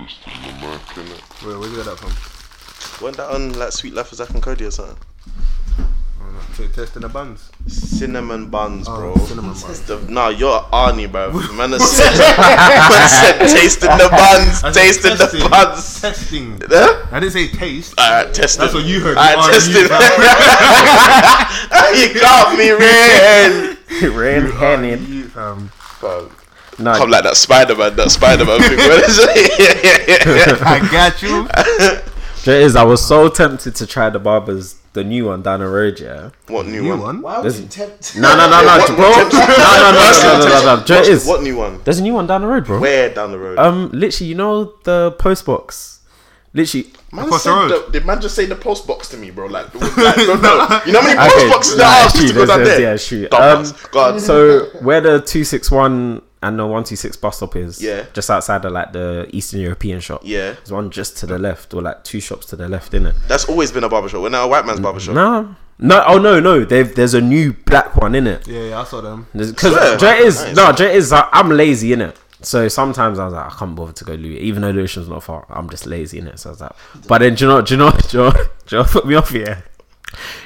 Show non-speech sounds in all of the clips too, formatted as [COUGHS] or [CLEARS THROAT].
It's still in the mark, innit? Where, where'd you get that from? Wasn't that on like Sweet Life of Zach and Cody or something? Oh, no. So you're testing the buns? Cinnamon buns, Oh, bro. cinnamon buns. The, nah, you're Arnie, [LAUGHS] bro. Man, has said, man said tasting the buns, I said tasting the testing. buns. [LAUGHS] Testing. Huh? I didn't say taste. Alright, testing. That's what you heard. Alright, You are- testing. you [LAUGHS] [LAUGHS] you got me, man. Red handed. You, [LAUGHS] um, Come No, like that Spider Man, that Spider Man thing. What is it? I got [LAUGHS] you. there is. I was so tempted to try the barbers, the new one down the road. Yeah. [LAUGHS] What new, You one? one? Why would This- you tempt? No, no, no, no, bro. No, no, no, no, no, no, no. There What- is. What new one? There's a new one down the road, bro. Where down the road? Um, literally, you know the post box. [LAUGHS] Literally, Man Across the said road. The, the man just say the post box to me, bro. Like, like [LAUGHS] no, no. you know how many post Okay, boxes nah, there are just shoot, to go there's- down there's- there? yeah, shoot. Dumbass. Um, God. so where the two six one and the one two six bus stop is, Yeah. just outside of like the Eastern European shop. Yeah. there's one just to the left, or like two shops to the left, in it. That's always been a barbershop. We're now a white man's barbershop. No, no, oh no, no. They've, there's a new black one in it. Yeah, yeah, I saw them. Swear. Because Dre is Nice. no, Dre is. Uh, I'm lazy in it. So sometimes I was like, I can't bother to go Louis, even though Lewisham's not far. I'm just lazy in it. So I was like, but then do you know, do you know, [LAUGHS] do you know, do you know what put me off here?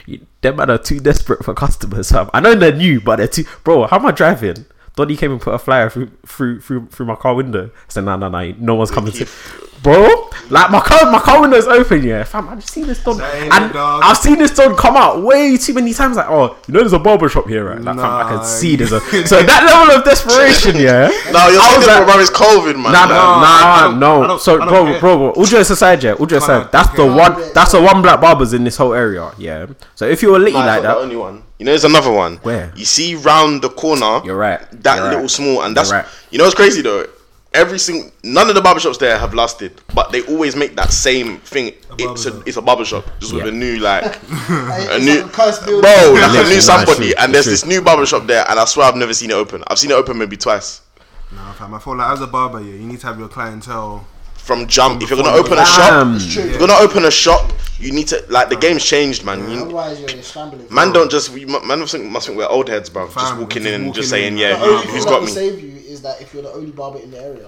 You, them man are too desperate for customers. fam. I know they're new, but they're too. Bro, how am I driving? Donnie came and put a flyer through through through, through my car window. I said, no, no, no, no one's coming to. Bro, like my car, my car window's open, yeah, fam. I've seen this done, Same, and dog. I've seen this done come out way too many times. Like, oh, you know, there's a barber shop here, right? Like, fam, I Nah. can see there's a so that level of desperation, [LAUGHS] No, you're yeah. I was thinking like- about Barry's COVID, man. Nah, Like, I nah, don't- I nah, no. don't- So, I don't bro, care. bro, bro, all jokes aside, yeah, all jokes Come on, aside, that's the okay. one, that's the one black barbers in this whole area, yeah. So if you're a litty nah, it's like not the that, only one. You know, there's another one. Where? You see round the corner. You're right. That You're little right. small, and that's You're right. you know what's crazy though. Every single none of the barbershops there have lasted, but they always make that same thing. it's a barbershop. it's a barbershop just with Yeah. a new [LAUGHS] like a It's new like a cursed building. bro, like a Literally, new nah, somebody, true, and there's true. this new barbershop there, and I swear I've never seen it open. I've seen it open maybe twice. Nah, fam. I feel like as a barber, yeah, you need to have your clientele. From jump, if you're gonna From open a shop, Damn. It's true. if you're gonna open a shop, you need to like the game's changed, man. You, Otherwise, you're scrambling. Man, don't just we- man. Must think, must think we're old heads, bro. Just Fam, walking just in and walking just saying, in. yeah, Like, The who, only Nah, thing has that got will me? save you is that if you're the only barber in the area.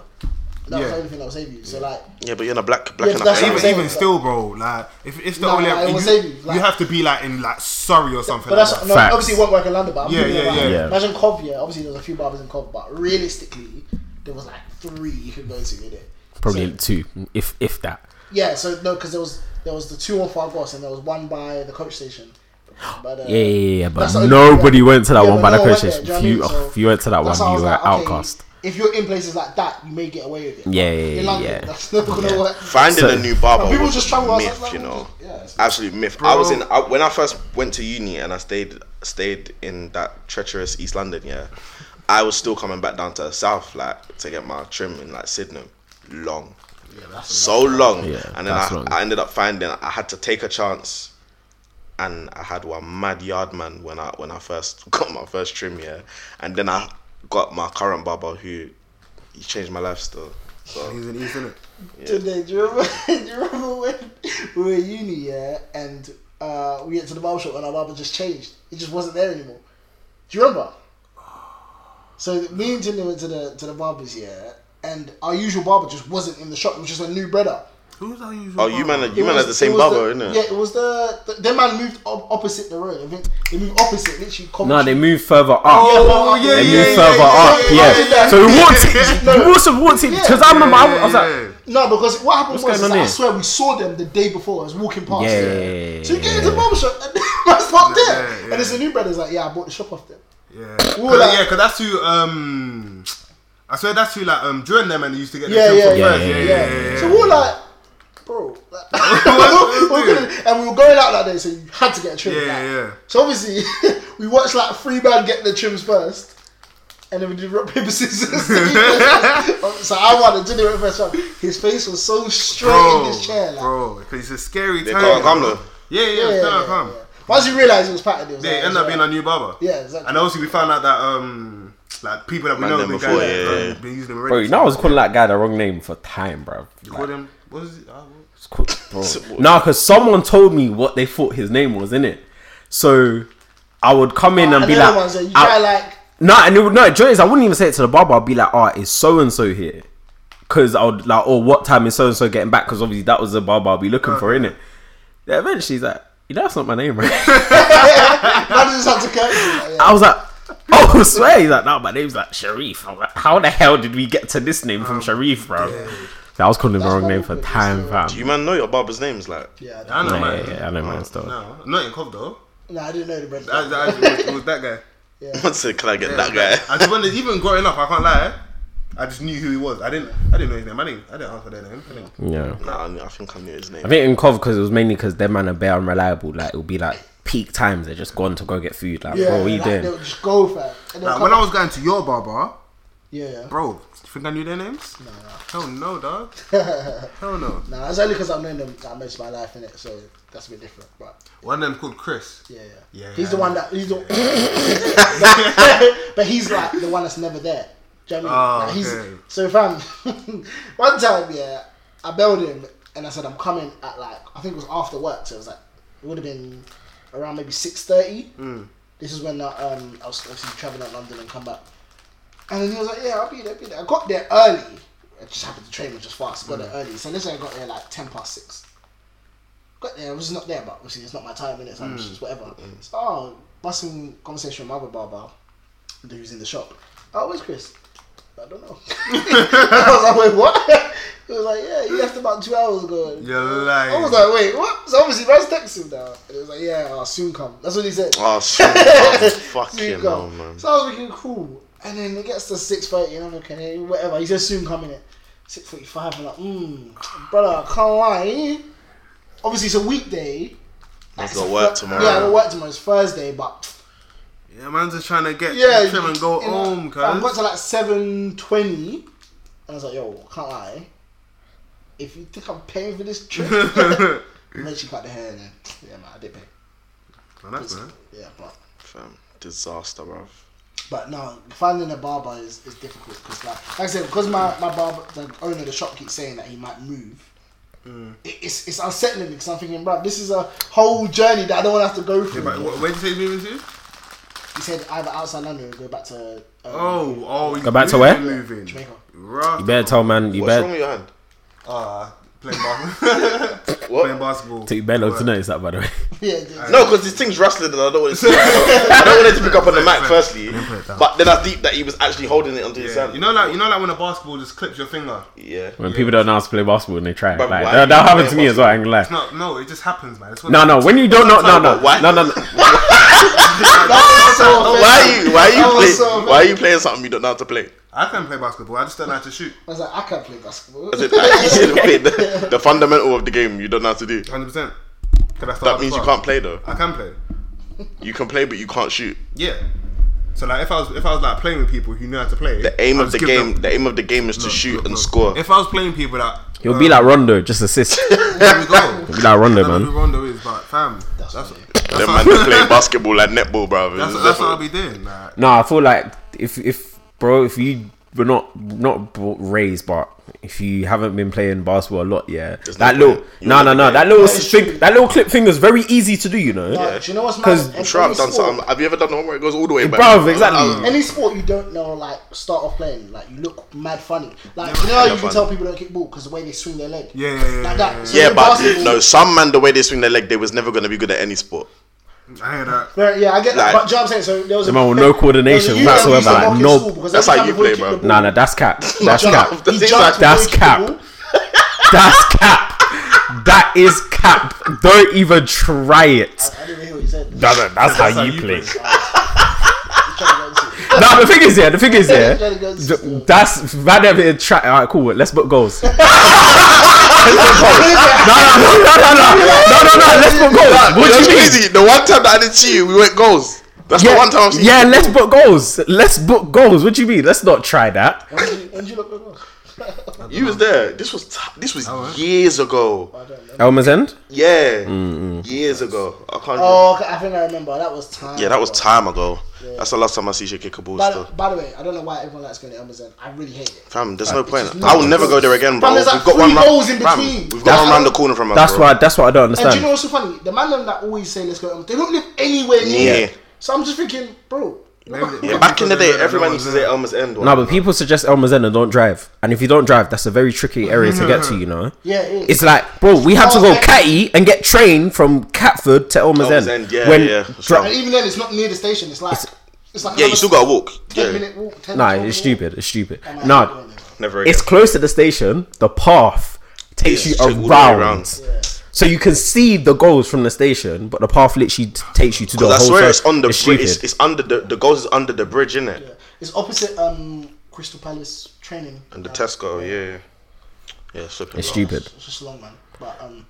That's Yeah. the only thing that will save you. So like, yeah, but you're in a black, black Yeah, and a that's black. what I'm Even saying, even like- still, bro, like if it's the Nah, only, nah, it will you, save you, like- you have to be like in like Surrey or something. but that's like no, Facts. obviously it won't work in London. But I'm Yeah, thinking yeah, about, yeah. Yeah. Imagine Cov, yeah. Obviously, there's a few barbers in Cov, but realistically, there was like three you could go to in it. probably two, if if that. Yeah, so no, because there was there was the two on Fargos and there was one by the coach station. But, uh, Yeah, yeah, yeah, that's but the only nobody thing went to that Yeah, one but by no the one went crunch. there, If do you know what I you mean? So if you went to that one, That's how I you was were like, okay, outcast. If you're in places like that, you may get away with it. Yeah, In yeah, London, yeah. that's not gonna Yeah. work. Finding So- a new barber People was just travel outside myth, you London, know, just- yeah, it's- absolute myth. I was in Bro. I, when I first went to uni and I stayed stayed in that treacherous East London. Yeah, I was still coming back down to South, like to get my trim in like Sydney. Long, so long, Yeah, and then I, that's long. I ended up finding I had to take a chance and I had one mad yard man when I when I first [LAUGHS] got my first trim yeah, and then I got my current barber who he changed my life still. So He's in East, innit? Today, do you remember? [LAUGHS] Do you remember when we were at uni? Yeah, and uh, we went to the barber shop and our barber just changed. It just wasn't there anymore. Do you remember? So me and Tinder went to the to the barbers, yeah, and our usual barber just wasn't in the shop. It was just a new brother. Who's our usual? oh you barber? man are- you man It was- had the same it was barber the- innit? Yeah, it was the, the their man moved op- opposite the road. I think they moved opposite, literally. No, they Coventry. moved further up. Oh, yeah, they yeah, moved yeah, further yeah, up, yeah, yeah. yeah, yeah. So we [LAUGHS] walked, we No. walked, in- walked in because I remember I was like, No, because what happened What's was, going is on I here? swear we saw them the day before. I was walking past. Yeah, yeah, yeah, yeah, So you get into yeah. the barber shop [LAUGHS] and the man's not there. yeah, yeah. And it's the new brother's like, yeah, I bought the shop off them. Yeah, were like- because that's who. Um, I swear that's who like um during them and used to get. Yeah, their yeah, tips yeah, first. yeah, So we were like, [LAUGHS] bro. like- [LAUGHS] we were gonna- and we were going out that day, so you had to get a trim. Yeah, like. yeah. So obviously, [LAUGHS] we watched like three man get the trims first. And then we did rock, [LAUGHS] paper, scissors. [LAUGHS] so I wanted to do it first round. His face was so straight in his chair. Like, bro, because it's a scary They time. can't come though. Yeah, yeah, yeah, they yeah, can't yeah, come. yeah. Once you realise it was patterned, it was They like, end it's up being alright. our new barber. Yeah, exactly. And obviously we found out that um like people that we Man, know them have been before, guys, yeah, um, yeah. been using them bro, already. you know I was calling that guy the wrong name for time, bro. Call them. What was it? Ah, what- It's cool, bro. nah, because someone told me what they thought his name was, innit? So I would come in and be Ah, the like, other ones, yeah, you I- [LAUGHS] try like [LAUGHS] no, and it would, no, Joe is, I wouldn't even say it to the barber. I'd be like, oh, it's so and so "Ah, here. because I would like, oh, what time is so and so getting back? Because obviously that was the barber I'll be looking for, innit? Then eventually he's like, you know, that's not my name, right? [LAUGHS] How does this have to curse? I was like, [LAUGHS] oh, I swear. He's like, no, my name's like Sharif. I'm like, how the hell did we get to this name Oh, from Sharif, bro? I was calling him the wrong name for time, fam. Do you man know your barber's names? Like, [LAUGHS] Yeah, I don't- I know Yeah, mine. yeah, yeah, I know mine still. No, not in Cov though. nah, I didn't know the bread. That, that, it, was, it was that guy. one second, can I get that guy? I just wanted, even growing up, I can't lie. I just knew who he was. I didn't. I didn't know his name. I didn't. I didn't ask for their name. I didn't. Yeah. [LAUGHS] Nah, I knew- I think I knew his name. I think in Cov because it was mainly because their man are bare unreliable. Like it'll be like peak times they're just gone to go get food. Like, [LAUGHS] Yeah, bro, what you like, doing? They'll just go for it. And they'll Like, come when I up- was going to your barber, yeah, yeah. bro, do you think I knew their names? No, Hell no, [LAUGHS] dog. Hell no. Nah, it's only because I've known them that most of my life in it, so that's a bit different. But One of them called Chris. yeah, yeah, Yeah, He's yeah, the [LAUGHS] I one that he's [LAUGHS] the, but he's like the one that's never there. Do you know what I mean? Oh, Like, he's, okay. So fam, [LAUGHS] one time yeah, I bailed him and I said I'm coming at like I think it was after work, so it was like it would have been around maybe six thirty. Mm. This is when uh, um, I was obviously traveling out London and come back. And then he was like, yeah, I'll be there, be there. I got there early. I just happened to train was just fast. Got Mm. there early. So this I got there like 10 past 6. Got there, I was not there, but obviously it's not my time, innit? So I'm just whatever. So, oh, busting conversation with my other barber, who's in the shop. Oh, where's Chris? I don't know. [LAUGHS] I was like, wait, what? He was like, yeah, you left about two hours ago. You're lying. I was like, wait, what? So obviously, man's texting him now. And it was like, yeah, I'll soon come. That's what he said. Oh, shit. [LAUGHS] Oh, Soon fucking hell, come. man. So I was looking cool. And then it gets to 6.30 and I'm looking, hey, whatever. He says soon coming in. 6.45, I'm like, mmm, brother, I can't lie. Obviously, it's a weekday. I've It's got a work Thur- tomorrow. Yeah, I've got work tomorrow. It's Thursday, but... Yeah, man's just trying to get Yeah, yeah, trim and go you know, home, I got cuz. to like seven twenty, and I was like, "Yo, I can't lie. If you think I'm paying for [LAUGHS] this trip, eventually cut the hair, and then yeah, man, I did pay. Man, that's man. Yeah, but Fam, disaster, bruv. But no, finding a barber is, is difficult because, like, like I said, because my, my barber, the owner of the shop keeps saying that he might move. Mm. It, it's it's unsettling because I'm thinking, bro, this is a whole journey that I don't want to have to go through. Yeah, but wh- where did you say he's moving to? he said either outside London or go back to um, Oh, oh, he's Go back to really where? Moving. Jamaica. [LAUGHS] Rough. You better tell man. You What's wrong better. with your hand? Ah, playing [LAUGHS] basketball. playing What? basketball. Take better not to notice that by the way. [LAUGHS] Yeah, yeah. No, because this thing's rustling and I don't want it to, I don't want it to pick up on the mic, firstly. But then I think that he was actually holding it onto his Yeah. hand. You know, like you know, like when a basketball just clips your finger. Yeah. When people don't know how to play basketball and they try, But like why that, that you happened play to me as well. I ain't gonna lie. It's not, no, it just happens, man. It's what- No, no. When you don't know, no, no, Why? no, no, no. That's so offensive. Why are you why are That you was play, so why are you playing something you don't know how to play? I can play basketball. I just don't know how to shoot. I was like, I can't play basketball. Is it that you should play the, the fundamental of the game you don't know how to do? 100. percent That means you can't play though. I can play. You can play but you can't shoot. Yeah. So like, if I was if I was like playing with people who knew how to play, The aim I'd of just give the game them- the aim of the game is to shoot Look, and look, score. If I was playing people that, You'll be like Rondo, just assist. [LAUGHS] You'll there we go. be like I Rondo, don't know who man. Rondo is, but fam, that's that's, funny. Them man [LAUGHS] they play basketball like netball, bro. that's, It's that's what I'll different. be doing. Like, No, I feel like if if bro, if you were not not brought, raised, but if you haven't been playing basketball a lot, yeah, that no little point. You no wanna no be no there. that little Yeah, it's thing, true. that little clip thing is very easy to do, you know. Like, do you know what's mad? 'Cause- In I'm Sure, I've any done sport- something. Have you ever done homework? It goes all the way back. Bruv, exactly. [LAUGHS] Any sport you don't know, like start off playing, like you look mad funny. Like you know, how you can funny. tell people don't kick ball because the way they swing their leg. Yeah, yeah, yeah, Like yeah, that. So Yeah, in but basketball- no, some man the way they swing their leg, they was never gonna be good at any [LAUGHS] sport. I hear that. Right, yeah, I get that. Like- But do you know what I'm saying? So [LAUGHS] there was a The man with no coordination there was a youth that whatsoever, used to mock no- his school because That's every how time you the boy play, kicked bro. the Nah, [LAUGHS] ball, nah, that's cap. That's he cap. jumped- That's he cap. jumped before he That's kicked the cap. ball. That's cap. That is cap. Don't even try it. I didn't hear what he said. That's, that's, That's how you play. He's trying to go into it. No, the thing is, yeah, the thing is, [LAUGHS] yeah, Trying to go into it. th- that's Van Dijk in track. All right, cool. Let's book goals. no, no, no, no, no, no, no, no. Let's book goals. What do That's you mean? crazy. The one time that I didn't see you, we went goals. That's the Yeah, one time I've seen yeah, you. let's book goals. Let's book goals. What do you mean? Let's not try that. When did you- when did you look at You was there. This was t- this was Oh, right. years ago. I don't know. Elmer's end. Yeah, Mm-hmm. years ago. I can't. [LAUGHS] Oh, okay, I think I remember. That was time. yeah, that was bro. time ago. That's the last time I see you kick a ball. By, still, by the way, I don't know why everyone likes going to Amazon. I really hate it. fam, there's no point. just I will not- never go there again, bro. Fam, We've there's like got three one round. goals in fam, between. We've got That's one round the corner from us. That's bro. why. That's what I don't And do you know understand. what's so funny? The man them that always say let's go, to Amazon, they don't live anywhere near. Yeah. it. So I'm just thinking, bro, Yeah, back in the day, everyone used to say it. Elmer's End. No, but people suggest Elmer's End and don't drive. And if you don't drive, that's a very tricky area to get to, you know? Yeah, it is. It's like, bro, we had to go Oh, yeah. Catty and get train from Catford to Elmer's, Elmer's End. End, yeah, yeah, for sure. and even then, it's not near the station. It's like it's, like Yeah, you still gotta walk. ten Yeah, minute walk. 10 Nah, 12 it's minute walk. stupid. It's stupid. And I hate Nah, doing it. never again. it's close to the station. The path takes Yeah, you it's straight all the way around. around. Yeah. So you can see the goals from the station, but the path literally t- takes you to the whole Because I swear side. it's on the It's bridge. It's, stupid. it's under the the goals is under the bridge, isn't it? Yeah. It's opposite um, Crystal Palace training. And the Uh, Tesco, yeah, yeah, it's, flipping It's long. stupid. It's just long, man. But um,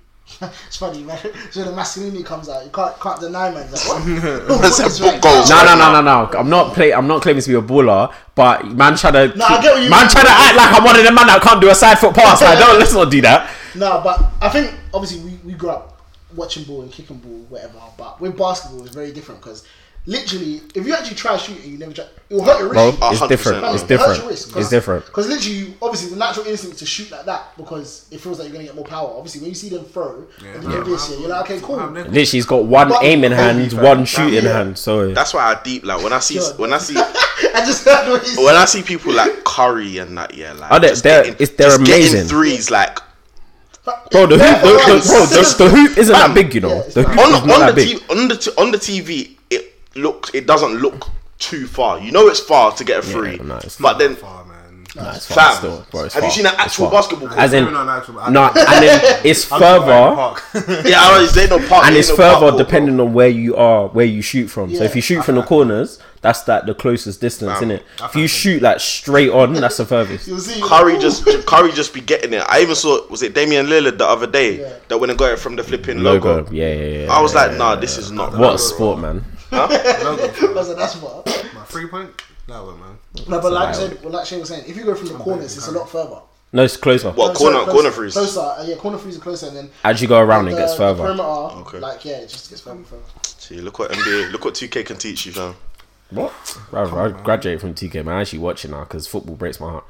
[LAUGHS] it's funny, man. [LAUGHS] So the Massimini comes out. You can't, can't deny, man. [LAUGHS] It's Like, what? [LAUGHS] What That's is a book right goal. now? No, no, no, no, no. I'm not play. I'm not claiming to be a baller, but man, trying to No, I get what you man mean. trying to act like I'm one of the man that can't do a side foot pass. Like, don't let's not do that. No, but I think obviously we, we grew up watching ball and kicking ball, whatever. But with basketball, it's very different because literally, if you actually try shooting, you never try. It will hurt your Bro, wrist. it's 100%. different. It's different. It's different. Because literally, you, obviously, the natural instinct to shoot like that because it feels like you're gonna get more power. Obviously, when you see them throw, and do this, yeah, you're like, okay, cool. Literally, he's got one But- aiming hand, one That- shooting yeah. hand. So That's why I deep like when I see God. when I see [LAUGHS] I just heard what you when said. I see people like Curry and that. Yeah, like Oh, they're- just they're- getting- it's- they're just getting amazing. threes like bro, the hoop, the, the, bro, the, the hoop isn't that Fam. big, you know. Yeah, it's the hoop on, is not on that the big. t- on the t- on the TV, it looks it doesn't look too far. You know it's far to get a free, no, it's but then Far, man. Nah, it's far fam, still, bro, it's have you far. seen an It's actual far. basketball court? As in, Maybe not an actual, but I- no, and then it's I'm talking about further. in the park. [LAUGHS] yeah, I was no park, and there it's ain't no park further court, depending on where you are, where you shoot from. So if Yeah. you shoot from the corners, that's that the closest distance, Fam, innit? If you shoot like straight on, that's the [LAUGHS] furthest. You'll see. bro. Curry just Curry just be getting it. I even saw was it Damian Lillard the other day Yeah. that went and got it from the flipping logo. Logo, yeah, yeah, yeah. I was yeah, like, yeah. nah, this is not what real, a sport, man. I was like, that's what. Bro. My three point. That one, man. No, but like, I said, well, like Shay was saying, if you go from the corners, it's a lot further. No, it's closer. What No, corner sorry, closer- corner threes? Closer, uh, yeah, corner threes are closer, and then As you go around, it the gets further. Perimeter, Okay. like yeah, it just gets further. and further. See, look what NBA, look what 2K can teach you, fam. What? Rather, I graduated from TK, man. I actually watch it now because football breaks my heart.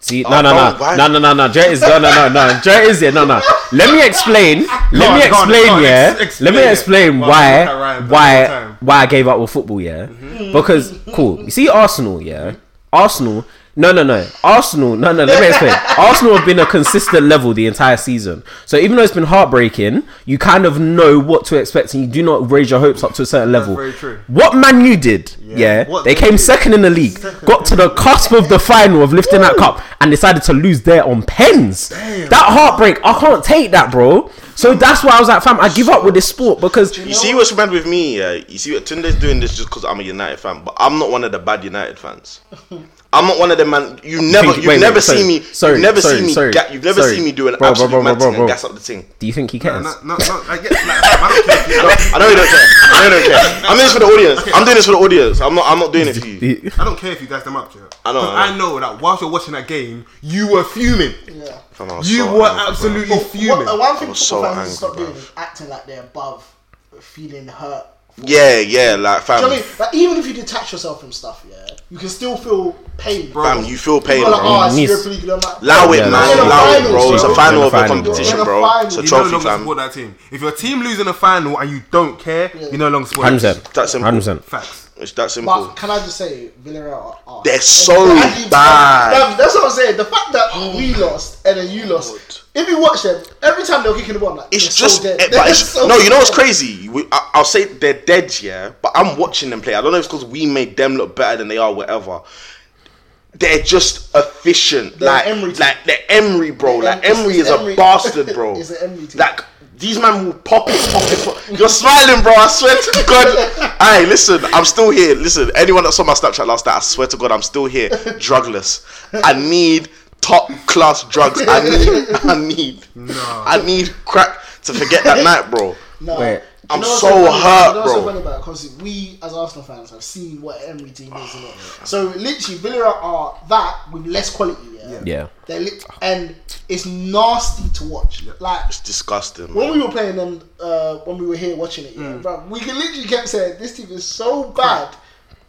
See, Oh, no, no, oh, no, why- no, no, no, no. Jay is no, no, no, no. Jay is here. No, no. Let me explain. Let on, me go on, explain. go on, yeah. ex- explain Let me it. explain Well, why look at Ryan, that's all why time. Mm-hmm. why I gave up with football. Yeah. Because cool. You see, Arsenal. Yeah. Arsenal. No, no, no. Arsenal. No, no. Let [LAUGHS] me explain. Arsenal have been a consistent level the entire season. So even though it's been heartbreaking, you kind of know what to expect, and you do not raise your hopes up to a certain level. very true. What Man U did, yeah, Yeah. What they they came did. second in the league, got to the cusp of the final of lifting that cup, and decided to lose there on pens. That heartbreak, I can't take that, bro. So that's why I was like, fam, I give up with this sport because You see what's mad with me, yeah? You see what Tunde's doing this just because I'm a United fan, but I'm not one of the bad United fans. I'm not one of the man. You never, Think- you've wait, wait, never sorry, seen me. sorry, you've never sorry, seen me. sorry, ga- you've never sorry. seen me do an Bro, bro, absolute bro, bro, mad bro, thing bro. and gas up the thing. do you think he cares? No, no, no. I get. Like, I don't care. if you- I know you don't care. I know you don't care. I'm doing this for the audience. I'm doing this for the audience. I'm not. I'm not doing it for you. [LAUGHS] He- I don't care if you guys them up, yeah. I know, I 'Cause know. I know that whilst you're watching that game, you were fuming. Yeah. Fam, I was You so were angry, bro. absolutely What, fuming. uh, one thing was so football fans need angry, to stop bro. doing is acting like they're above feeling hurt. Yeah, yeah, like Do you know what I fam. mean? Like even if you detach yourself from stuff, yeah, you can still feel pain. Bro, Fam, you feel pain, You're like, bro. oh, it's Needs- Europa League, they're like- Allow Yeah, it, man. no, Allow it, no, bro. It's no, a final no, of a no, competition, no, bro. no, It's no, a You no trophy, longer fam. support that team. If your team losing a final and you don't care, you no longer support. 100%. it. That's simple. 100%. Facts. It's that But simple. can I just say, Villarreal are arse. They're And so actually- bad. Oh Damn, that's what I'm saying. The fact that we lost and then you lost. If you watch them, every time they're kicking the ball, I'm like, It's they're just, so dead. eh, [LAUGHS] They're but it's, so no. You know what's dead. crazy? We, I, I'll say they're dead, yeah. But I'm watching them play. I don't know if it's because we made them look better than they are, whatever. They're just efficient, They're like Emery team. like they're Emery, bro. They're like Em- Emery is Emery- a bastard, [LAUGHS] bro. It's an Emery team. Like these men will pop it, pop it, pop it. You're smiling, bro. I swear to [LAUGHS] God. Hey, listen, I'm still here. Listen, anyone that saw my Snapchat last night, I swear to God, I'm still here. Drugless. I need top class drugs. I need, I need, I need crack to forget that night, bro. No. Wait. I'm You know what's so funny about- hurt, you know what's bro. So funny about it? 'Cause we as Arsenal fans have seen what an Emery team [SIGHS] is. innit? So literally, Villarreal are that with less quality. Yeah. yeah. They're lit- and it's nasty to watch. Like It's disgusting. when Man. we were playing them, uh, when we were here watching it, yeah, bruv, we can literally kept saying this team is so bad,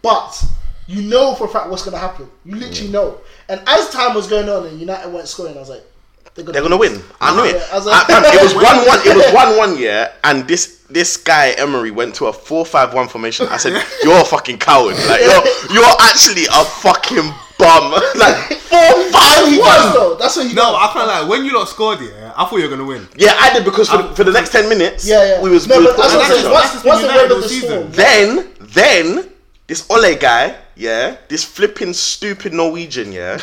but you know for a fact what's gonna happen. You literally know. And as time was going on and United weren't scoring, I was like, They're gonna, They're gonna win. I know it. Yeah, I was I- like- fam, [LAUGHS] it was one one. It was one one. Yeah, and this this guy Emery went to a four five one formation. I [LAUGHS] said, "You're a fucking coward. Like you're you're actually a fucking bum. [LAUGHS] [LAUGHS] Like four He five does one. though. That's what he No, does. I can't lie. When you lot scored, yeah, I thought you were gonna win. Yeah, I did because for, the- for the next ten minutes, Yeah, yeah. we was, No, we was but that's putting what I'm pressure saying. on. That's Once, just been once the end United of the all storm, season. Then, then this Ole guy, yeah, this flipping stupid [LAUGHS] Norwegian, yeah,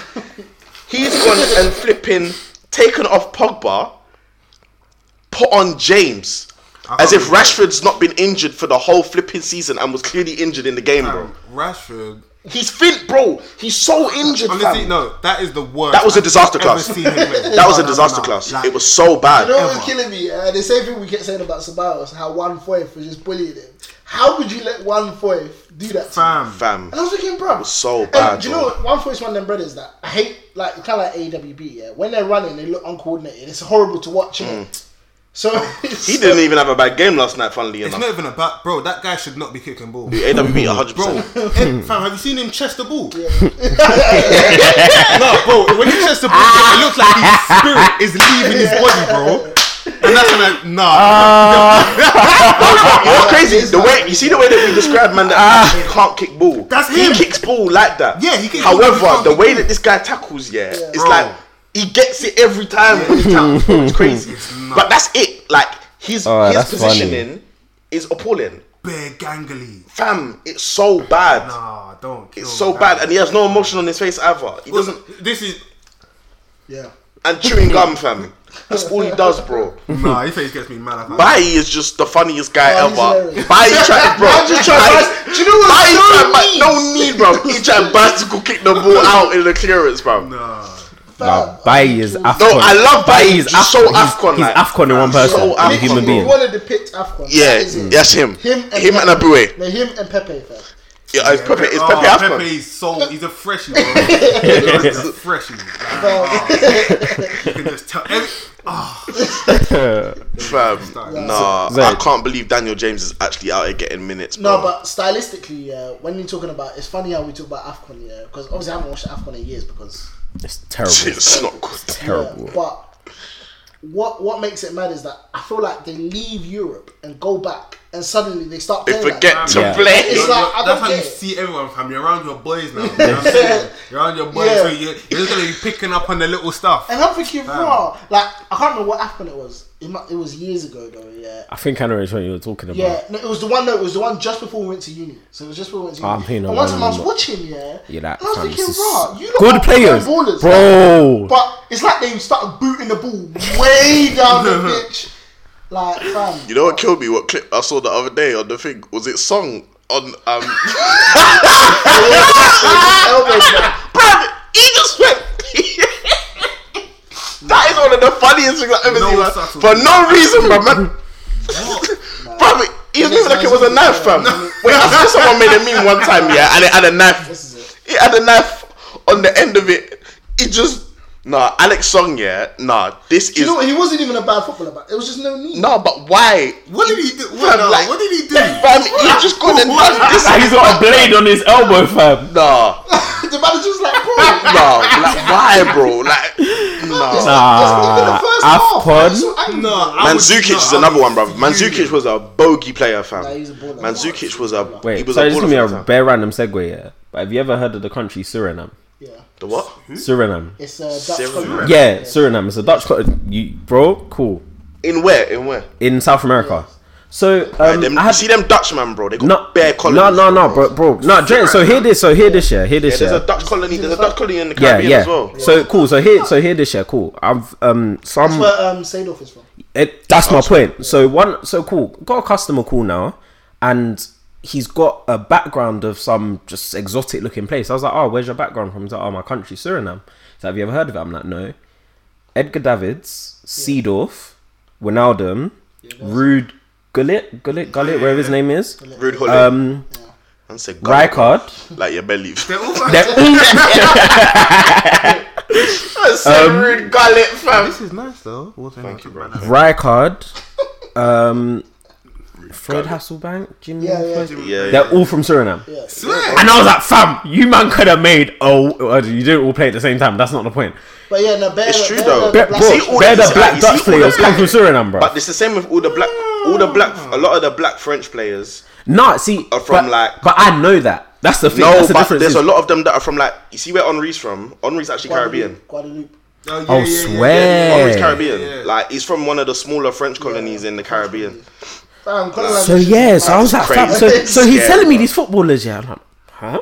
he's gone and flipping taken off Pogba, put on James. I As can't if believe Rashford's not been injured for the whole flipping season and was clearly injured in the game, bro. Um, Rashford. He's fit, bro. He's so injured, Honestly, fam. no, that is the worst. That was a I've disaster ever class. seen him play. [LAUGHS] That was a No, no, disaster no. class. Like, It was so you know bad. what was Ever. killing me? Uh, the same thing we kept saying about Ceballos, how one fourth was just bullying him. How could you let one fourth do that? To you? fam. Fam. And I was thinking, bro, was so bad, do you know bro. what? One Voice, one of them brothers that I hate, like kind of like AWB. Yeah, when they're running, they look uncoordinated. It's horrible to watch. innit? So Mm. [LAUGHS] He didn't even have a bad game last night, funnily It's enough. E, not even a bat, bro. That guy should not be kicking ball. AWB 100%. [LAUGHS] Bro, eh, fam, have you seen him chest the ball? no, bro, when he chest the ball, Ah. it looks like his spirit is leaving his body, [LAUGHS] bro. And that's when I, nah. Ah. You know what's crazy? The way you see the way that we describe man that actually can't kick ball. Ah. That's He him. kicks ball like that. Yeah, he kicks ball, However, he can't the kick way ball. that this guy tackles, yeah, it's Bro. like he gets it every time when he tackles. bro. It's crazy. It's nuts. but that's it. Like his Oh, his that's funny. positioning is appalling. bare gangly. Fam, it's so bad. Nah, don't. Kill It's so that. bad, and he has no emotion on his face either. He doesn't. This is yeah, And chewing gum, fam. That's all he does, bro. nah. He face gets me mad. I can't- Bai is just the funniest guy Oh, he's ever. hilarious. Bai tried, bro. Man just tried Bai- bas- do you know what? Bai No tried ba- need. no need, bro. He tried bicycle kick the [LAUGHS] ball out in the clearance, bro. No, Nah. Nah, Fam, Bai is Afcon. I love Bai. Bai He's is so Afcon. He's- Afcon. He's like. Afcon in one person. So in a Afcon, human bro. You being. want to depict Afcon? Yeah, that is it. that's him. Him Him and, and Abue. No, him and Pepe. Fam. Yeah, it's Pepe. It's Pepe oh, Afcon. Pepe is so he's a freshie, bro. he's a freshie. [LAUGHS] Like, oh, you can just tell. Every, oh, Fam, nah, So- I can't believe Daniel James is actually out here getting minutes, bro. No, but stylistically, yeah. When you're talking about, it's funny how we talk about Afcon, yeah. Because obviously I haven't watched Afcon in years because It's terrible. [LAUGHS] it's not good. Terrible. Yeah, but what what makes it mad is that I feel like they leave Europe and go back, and suddenly they start. They Playing forget Like to Yeah. play. It's like- I that's don't how get you it. see everyone, fam. You're around your boys now. You know what I'm saying? You're around your boys, Yeah. so you're, you're just gonna be picking up on the little stuff. that. and I'm thinking, raw. Like I can't remember what Afcon it was. It, mu- it was years ago though. Yeah. I think I know which one you were talking about. Yeah, no, it was the one. No, it was the one just before we went to uni. So it was just before we went to Oh, uni. I'm thinking and of one one time I was that- watching, yeah. You're like, and I was fam, thinking, this is raw, you lot are good pro players, ballers, bro. But it's like they started booting the ball way down the [LAUGHS] pitch, like fam. You know what killed me? What clip I saw the other day on the thing was it song on um. [LAUGHS] Elbows, man. Bruv, he just went. [LAUGHS] that is one of the funniest things I've ever No seen. man. subtlety. For no reason, bro, man. Bruv, he was This moving like it man's was a good, knife, man. fam. Wait, I saw someone made a meme one time, yeah, and it had a knife. This is it. It had a knife on the end of it. It just. Nah, Alex Song, yeah. Nah, this You is. know what? He wasn't even a bad footballer, but it was just no need. Nah, but why? What did he do? Fam, What, no, like- what did he do? Fam, he just couldn't. This Like, [LAUGHS] he's got a blade on his elbow, fam. Nah. [LAUGHS] the manager's [LAUGHS] like, bro. No, like why, bro? [LAUGHS] Like, no. Nah, Nah, Afcon. No, I would- Manzukic no, is I another would one, bro. furious. Manzukic was a bogey player, fam. Nah, he's a baller. Mandzukic was a he Wait, was so a just baller. give me for a the time. bare random segue, yeah. But have you ever heard of the country Suriname? Yeah, The what? Suriname. it's uh, Dutch Serious. Colombian. Yeah, Suriname. It's a Dutch co- you, bro. Cool In where? In where? in South America. So um, them, I you had see them Dutchman, bro. They got no, bare colonies. no, no, no, bro, bro, no. Jay, so hear this. So hear this. Yeah, hear Yeah, this. there's yeah. a Dutch colony. There's a Dutch colony in the yeah, Caribbean yeah. as well. So cool. So here, so here this year, cool. I've um some. That's where um, Seedorf is from. It, that's Oh, my point. So one, so cool. Got a customer call now, and he's got a background of some just exotic looking place. I was like, oh, where's your background from? He's like, oh, my country, Suriname. So have you ever heard of it? I'm like, no. Edgar Davids, Seedorf, Wijnaldum, Rude Gullit, Gullit, Gullit, wherever his name is, Rude Holland. um, and said, Rijkaard. like your belly. [LAUGHS] They're all fam- They're all- [LAUGHS] Um, Rude Gullet, fam. [LAUGHS] This is nice though. Thank you, bro. Rijkaard, um, Fred Hasselbank, Jimmy. Yeah, yeah. Floyd- Yeah, yeah. They're all from Suriname. Yeah. Swear. And I was like, fam, you man could have made oh, you didn't all play at the same time. That's not the point. But yeah, no, bear It's the- true bear though. the Be- black- bro, see all they're these- the black you see Dutch all the players come black- from Suriname, bro. But it's the same with all the black, all the black, a lot of the black French players. No, see, Are from, but, like- but I know that. That's the thing. No, That's the but difference. there's is- a lot of them that are from like. You see where Henri's from? Henri's actually Caribbean. Guadeloupe. Oh, yeah, Oh, yeah, yeah, yeah. swear. Henri's Caribbean. Yeah. Like he's from one of the smaller French colonies in the Caribbean. Damn, So yeah, so I was like, fam, so, crazy. so he's Yeah, telling me bro. these footballers, yeah. I'm like, huh?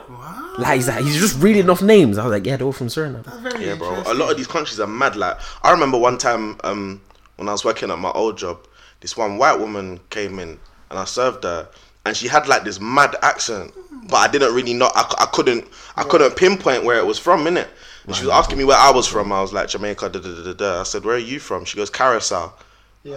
Like he's like, he's just reading off names. I was like, yeah, they're all from Suriname. Very Yeah, bro. A interesting. lot of these countries are mad. Like I remember one time um, when I was working at my old job, this one white woman came in and I served her, and she had like this mad accent, but I didn't really know. I, c- I couldn't I couldn't pinpoint where it was from. Innit? And she was asking me where I was from. I was like Jamaica. Da, da, da, da, da. I said, where are you from? She goes, Carousel.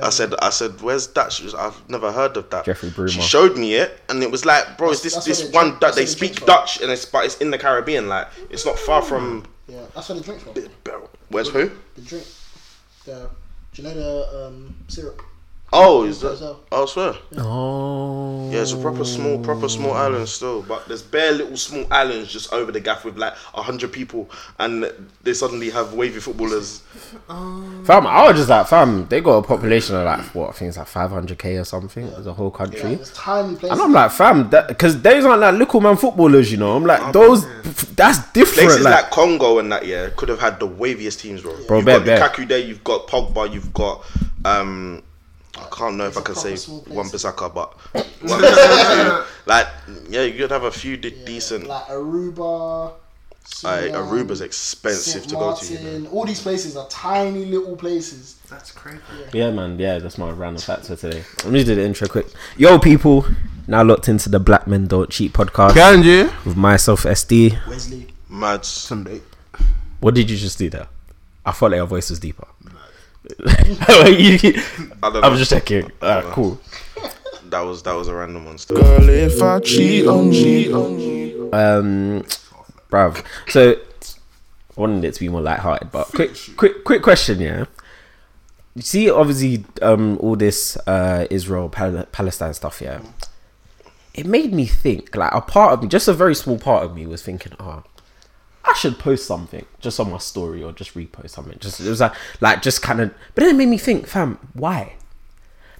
I said, I said, where's that? She was, I've never heard of that. Jeffrey She Bruma. showed me it, and it was like, bro, is this That's- that's this where they one? drink- Dutch that's they where they speak drink from. Dutch, and it's but it's in the Caribbean. Like it's not far from Yeah, that's where the drink's from. The Where's who? drink. The, do you know the um, syrup? Oh, is that? Brazil. Mm. Oh, I swear. Oh, Yeah, it's a proper small, proper small island still, but there's bare little small islands just over the gaff with like hundred people, and they suddenly have wavy footballers. fam. I was just like, fam, they got a population of like what? I think it's like 500k or something as a whole country. Like, it's tiny places. And I'm like, fam, that because those aren't like little man footballers, you know. I'm like, those, that's different. Oh, Places Like, like, Congo and that, yeah, could have had the waviest teams, bro. Bro, you've bare, got bare. Lukaku there, you've got Pogba, you've got um, I can't know if I a can proper say small place. one Bissaka, [LAUGHS] but Wan-Bissaka, like, yeah, you could have a few de- decent. Like, Like Aruba. Suriname, Aruba's expensive Saint to go to. You know? Martin, All these places are tiny little places. That's crazy. Yeah, man. Yeah, that's my random fact for today. Let me do the intro quick. Yo, people. Now locked into the Black Men Don't Cheat podcast Can you? with myself, SD. Wesley. Mads. Someday. What did you just do there? I thought like your voice [LAUGHS] was [LAUGHS] deeper. You- I don't I know. was just checking. Alright, cool. That was that was a random one still. Girl, if I cheat on you, Um, bruv. So, I wanted it to be more lighthearted, but quick, quick, quick question, yeah. You see, obviously, um, all this uh, Israel Pal- Palestine stuff, yeah. It made me think, like, a part of me, just a very small part of me, was thinking, ah, I should post something just on my story or just repost something. Just it was like, like, just kind of. But then it made me think, fam, why?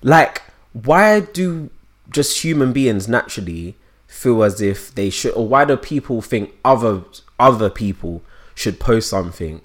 like why do just human beings naturally feel as if they should or why do people think other other people should post something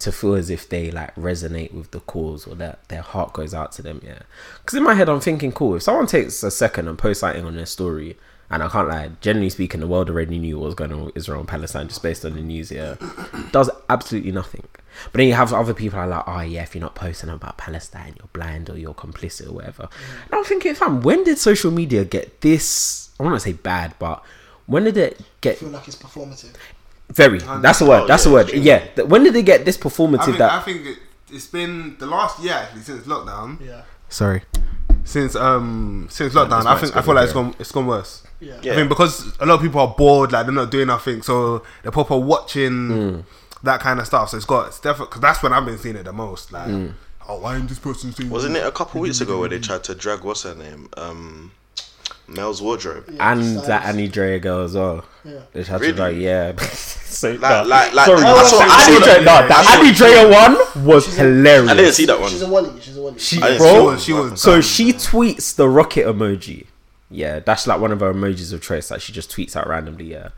to feel as if they like resonate with the cause or that their heart goes out to them yeah because in my head i'm thinking cool if someone takes a second and posts something on their story and i can't lie generally speaking the world already knew what was going on with israel and palestine just based on the news yeah [CLEARS THROAT] does absolutely nothing but then you have other people are like, oh yeah, if you're not posting about Palestine, you're blind or you're complicit or whatever. And I'm thinking, fam, when did social media get this? I want to say bad, but when did it get I feel like it's performative. very? That's the word. Oh, That's the yeah, word. true. Yeah. th- When did they get this performative? I think, that I think it, it's been the last year actually since lockdown. Yeah. Sorry. Since um since lockdown, I think I feel like it's gone it's gone worse. Yeah. I think because a lot of people are bored, like they're not doing nothing, so they're proper watching Mm. that kind of stuff. So it's got it's definitely because that's when I've been seeing it the most. Like, Mm. oh, why am this person seeing? Wasn't it a couple weeks ago where they tried to drag what's her name? Um, Mel's wardrobe. and Besides- that Annie Drea girl as well. Yeah. They had Really? to like, yeah. [LAUGHS] so, Like- no. like- like- sorry, I I saw- saw I Annie saw Drea. that- No, that Annie Drea one was hilarious. I didn't see that one. She's a Wally. She's a Wally. She, I didn't bro, see She it. was, she was So she tweets the rocket emoji. Yeah, that's like one of her emojis of choice that she just tweets out randomly. Yeah.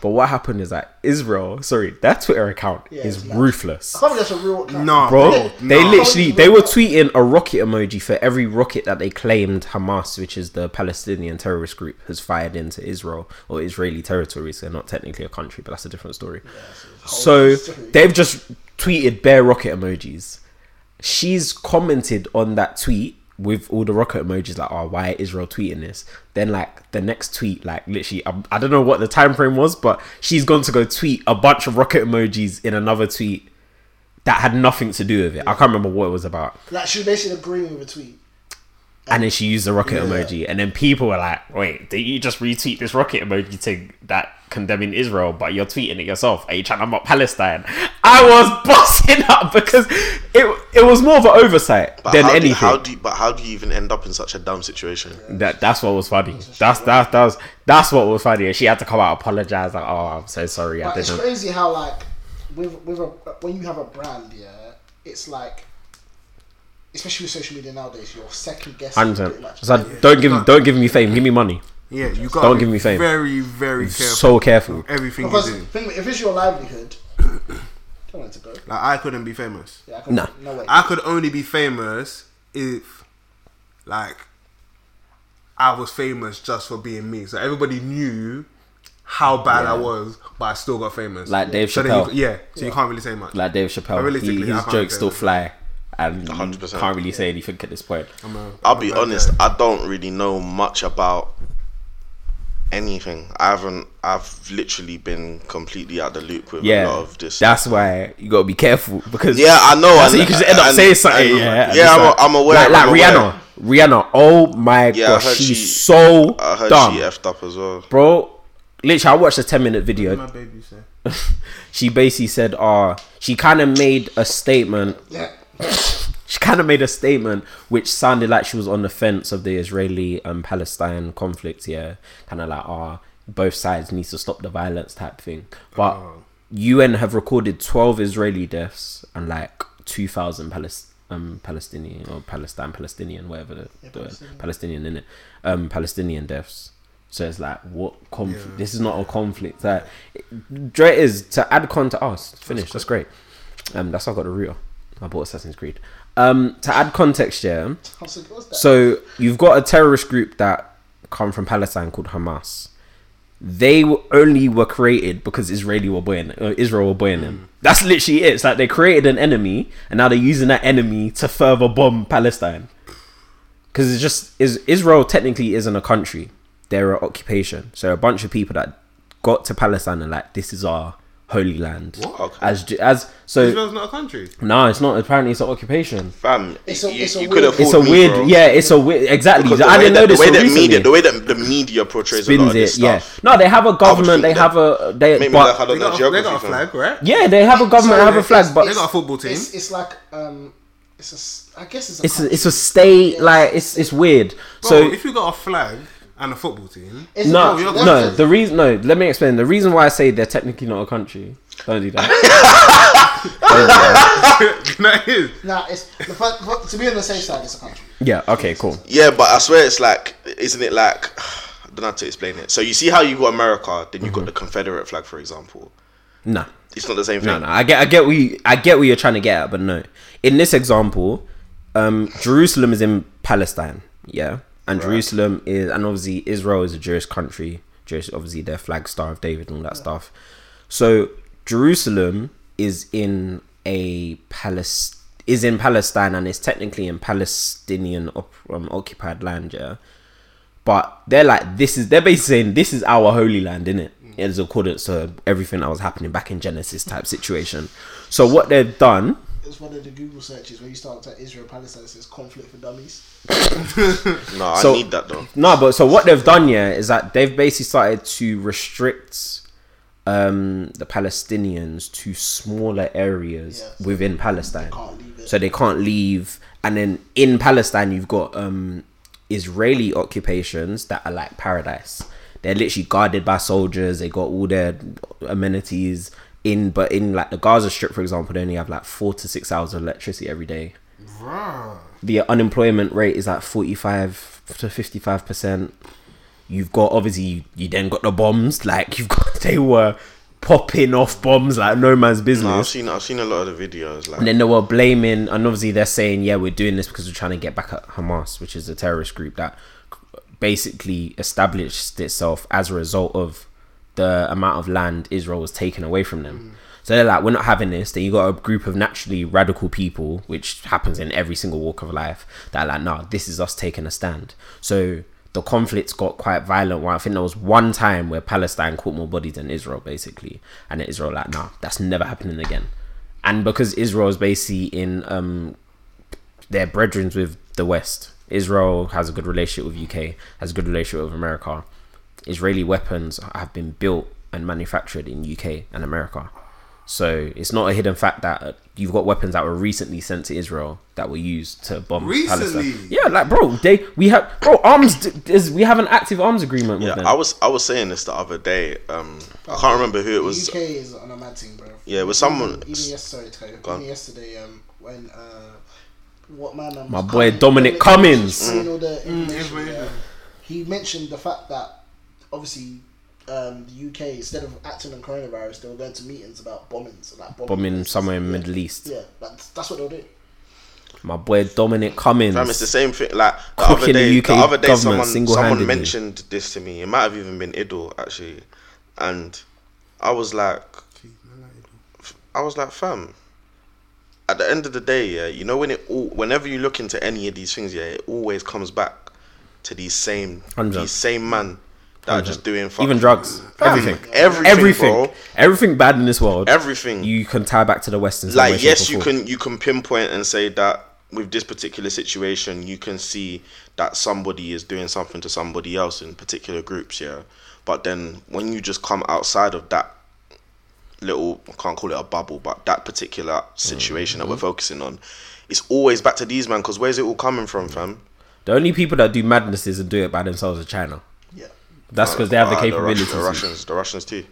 But what happened is that Israel, sorry, their Twitter account Yeah, is it's mad. ruthless. Probably that's a real account. no, Bro, Yeah. they no. literally they were tweeting a rocket emoji for every rocket that they claimed Hamas, which is the Palestinian terrorist group, has fired into Israel or Israeli territory. So they're not technically a country, but that's a different story. so they've just tweeted bare rocket emojis. She's commented on that tweet with all the rocket emojis, like, "Oh, why Israel tweeting this?" Then, like, the next tweet, like, literally, um, I don't know what the time frame was, but she's gone to go tweet a bunch of rocket emojis in another tweet that had nothing to do with it. I can't remember what it was about. Like she was basically agreeing with a tweet. And then she used the rocket emoji, and then people were like, "Wait, did you just retweet this rocket emoji thing that condemning [LAUGHS] Israel? But you're tweeting it yourself. Are you trying to mock Palestine?" I was busting up because it it was more of an oversight But than how anything. Do, how do you, but how do you even end up in such a dumb situation? That that's what was funny. That's that's that's that's what was funny. And she had to come out apologize. Like, oh, I'm so sorry. I But it's didn't. crazy how like with with a when you have a brand, yeah, it's like especially with social media nowadays, you're second guessing Hundred percent. pretty much. It's like, don't give don't give me fame. Give me money. Yeah, you got. Don't give me fame. Very, very careful. So careful. everything because you do. think- if it's your livelihood, [COUGHS] don't want it to go. Like I couldn't be famous. Yeah, I can, No. no way. I could only be famous if, like, I was famous just for being me. So everybody knew how bad I was, but I still got famous. Like Dave so then Chappelle. you, yeah. So you can't really say much. Like Dave Chappelle, Realistically, he, I his can't jokes say still that. fly, and you 100%. can't really say anything at this point. I'm a- I'll I'm a be bad honest. guy. I don't really know much about anything. I haven't. I've literally been completely out the loop with a Yeah, lot of this. that's why you gotta be careful because Yeah, I know, That's and- it, you can just end up and- saying something. and- yeah, yeah, and I'm- it's like- I'm aware, Like, like I'm aware. Rihanna, Rihanna. Oh my Yeah, I gosh, heard she's she- so I heard dumb, she effed up as well. bro. Literally, I watched a ten minute video. My baby said. she basically said, uh, she kind of made a statement. yeah. [LAUGHS] She kind of made a statement which sounded like she was on the fence of the Israeli and Palestine conflict. Yeah, kind of like, ah, both sides need to stop the violence type thing. But UN have recorded twelve Israeli deaths and like two thousand Palestinian. Um, Palestinian or Palestine, Palestinian, whatever the, the Palestinian. in it, um, Palestinian deaths. So it's like, what conflict? This is not a conflict. That Dre is to add con to us. Finish. That's great. Um, that's how I got the router. I bought Assassin's Creed. Um, to add context, yeah. How sick was that? So you've got a terrorist group that come from Palestine called Hamas. They were- only were created because Israeli were boying, uh, Israel were boying them. That's literally it. It's like they created an enemy, and now they're using that enemy to further bomb Palestine. Because it's just is Israel technically isn't a country; they're an occupation. So a bunch of people that got to Palestine and like this is our holy land. What? As ju- as so, Israel's not a country. no, it's not. Apparently, it's an occupation. Fam, It's a- you, it's a you weird- could have It's a weird, yeah. It's a weird, exactly. I didn't know that, this. The way till that recently. media, the way that the media portrays a lot spins of this it. Yeah. stuff. No, they have a government. think They that- have a they. Maybe like, I But, They don't know got, a, they got geography. a fam. flag, right? yeah, they have a government. So have a flag, but They got a football team. It's, it's like um, it's a s- I guess it's a. it's a, country. it's a state. Like it's it's weird. so So if you got a flag and a football team, [LAUGHS] It's a no, country. you're- That's no. it. The reason, no. Let me explain. The reason why I say they're technically not a country. Don't [LAUGHS] do that. that is. Nah, it's the fact, but to be on the safe side, it's a country. yeah. Okay. Cool. Yeah, but I swear it's like, isn't it like? [SIGHS] I don't know how to explain it. So you see how you got America, then you Mm-hmm. got the Confederate flag, for example. No. It's not the same thing. No. No. I get. I get. We. I get what you're trying to get at, but no. In this example, um, Jerusalem is in Palestine. Yeah. And Jerusalem is, and obviously Israel is a Jewish country. Jewish, obviously, their flag, Star of David, and all that stuff. So Jerusalem is in a Palest is in Palestine and is technically in Palestinian op- um, occupied land, yeah. But they're like, this is they're basically saying this is our holy land, innit? it? It's accordance to everything that was happening back in Genesis type situation. So what they've done, It's one of the Google searches where you start to Israel Palestine it says conflict for dummies. No, I So- need that though. no, but so what they've done, yeah, is that they've basically started to restrict um the Palestinians to smaller areas Yes. within Palestine. Can't leave it. so they can't leave and then in palestine you've got um israeli occupations that are like paradise they're literally guarded by soldiers they got all their amenities in but in like the gaza strip for example they only have like four to six hours of electricity every day the unemployment rate is like 45 to 55 percent you've got obviously you, you then got the bombs like you've got [LAUGHS] they were popping off bombs like no man's business No, I've seen, I've seen a lot of the videos. Like, and then they were blaming, and obviously they're saying, yeah, we're doing this because we're trying to get back at Hamas, which is a terrorist group that basically established itself as a result of the amount of land Israel was taking away from them. So they're like, we're not having this. Then you got a group of naturally radical people, which happens in every single walk of life, that are like, nah, this is us taking a stand. So the conflicts got quite violent. Well, I think there was one time where Palestine caught more bodies than Israel, basically. And then Israel, like, nah, that's never happening again and because Israel is basically in um their brethren with the West. Israel has a good relationship with UK, has a good relationship with America. Israeli weapons have been built and manufactured in UK and America. So it's not a hidden fact that uh, you've got weapons that were recently sent to Israel that were used to bomb Recently? Palestine. Yeah, like bro, they we have bro arms. d- Is, we have an active arms agreement with Yeah, them. I was I was saying this the other day. Um, I can't remember who it was. UK is on a mad thing, bro. Yeah, with someone- Even, even yesterday, sorry, Toe. on. Even yesterday, um, when uh, what man? Um, My boy Dominic Cummings. Mm. saying all the information, information. yeah, he mentioned the fact that obviously um, the UK instead of acting on coronavirus, they were going to meetings about bombings, like bombing, bombing somewhere in yeah. the Middle East. Yeah, that's, that's what they'll do. My boy Dominic Cummings. Fam, it's the same thing. Like the Cooking other day, the the, UK other day, government someone someone single-handedly. mentioned this to me. It might have even been Idol actually, and I was like, I was like, fam. At the end of the day, yeah, you know when it all, whenever you look into any of these things, yeah, it always comes back to these same, Hundred. these same man that are just doing fuck, even drugs, Fam, everything, everything, everything, bro. everything bad in this world. everything. you can tie back to the Western. like yes you can you can pinpoint and say that with this particular situation you can see that somebody is doing something to somebody else in particular groups yeah but then when you just come outside of that little I can't call it a bubble but that particular situation that we're Mm-hmm. focusing on it's always back to these man because where's it all coming from Mm. fam The only people that do madnesses and do it by themselves are China. Yeah, That's because they have the Uh, capability. Russian- the Russians the Russians too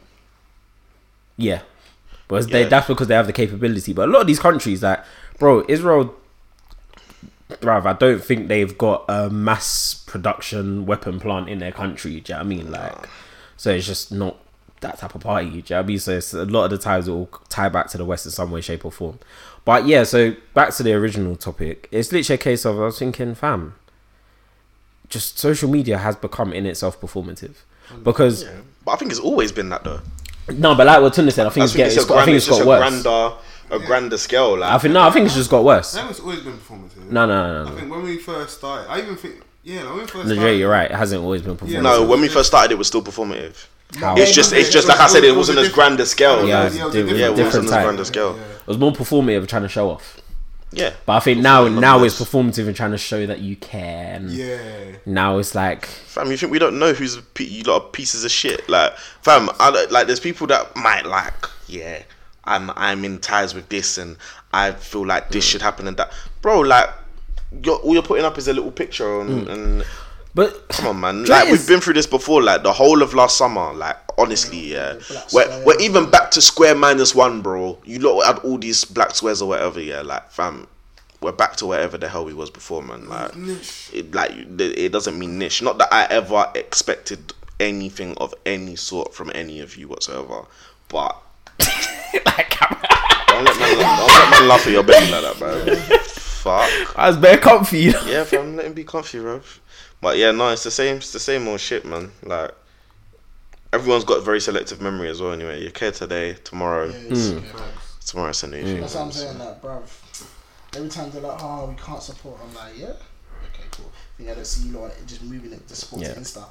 Yeah. But they, Yeah. that's because they have the capability. But a lot of these countries, like, bro, Israel, bruv, I don't think they've got a mass production weapon plant in their country. Do you know what I mean? Like, so it's just not that type of party. Do you know what I mean? So it's a lot of the times it will tie back to the West in some way, shape, or form. But yeah, so back to the original topic. It's literally a case of I was thinking, fam, just social media has become in itself performative. Because but I think it's always been that though no, but like what Tuna said, I think I it's, think get, it's, it's a got, grand, I think it's it's got just worse. a grander a grander scale like I think no, I think it's just got worse. No, It's always been performative. no, no, I no. think when we first started, I even think, yeah, like when we first no. started, Jay, you're right. It hasn't always been performed. Yeah. No, when we first started, it was still performative. How? It's just, it's just like I said, it wasn't as grand a scale. Yeah, Yeah, it's it was a different, different- yeah, it different wasn't as type. grand a scale. It was more performative, trying to show off. Yeah, But I think now, now it's performative and trying to show that you can. Yeah. Now it's like fam, you think we don't know who's a pe- you lot of pieces of shit? Like, fam, I don't, like there's people that might like, yeah, I'm, I'm in ties with this, and I feel like this should happen and that, bro. Like, you're, all you're putting up is a little picture, and, and But [LAUGHS] come on, man, Dre like is- we've been through this before. Like the whole of last summer, like honestly, yeah, black we're, square. we're even back to square minus one, bro. You lot had all these black squares or whatever, yeah. Like, fam, we're back to wherever the hell we was before, man. Like, it, like it it doesn't mean niche. Not that I ever expected anything of any sort from any of you whatsoever, but. [LAUGHS] don't let man, don't let man laugh at your baby like that, man. Fuck. I was bare comfy. you know? Yeah, fam, let him be comfy, bro. But yeah, no, it's the same. It's the same old shit, man. Like everyone's got very selective memory as well. Anyway, you care today, tomorrow, yeah, it's- tomorrow it's a new thing. That's what I'm saying, like, bruv. Every time they're like, oh, we can't support, I'm like, yeah. Okay, cool. Yeah, I don't see you like just moving it to sports Yeah. Insta.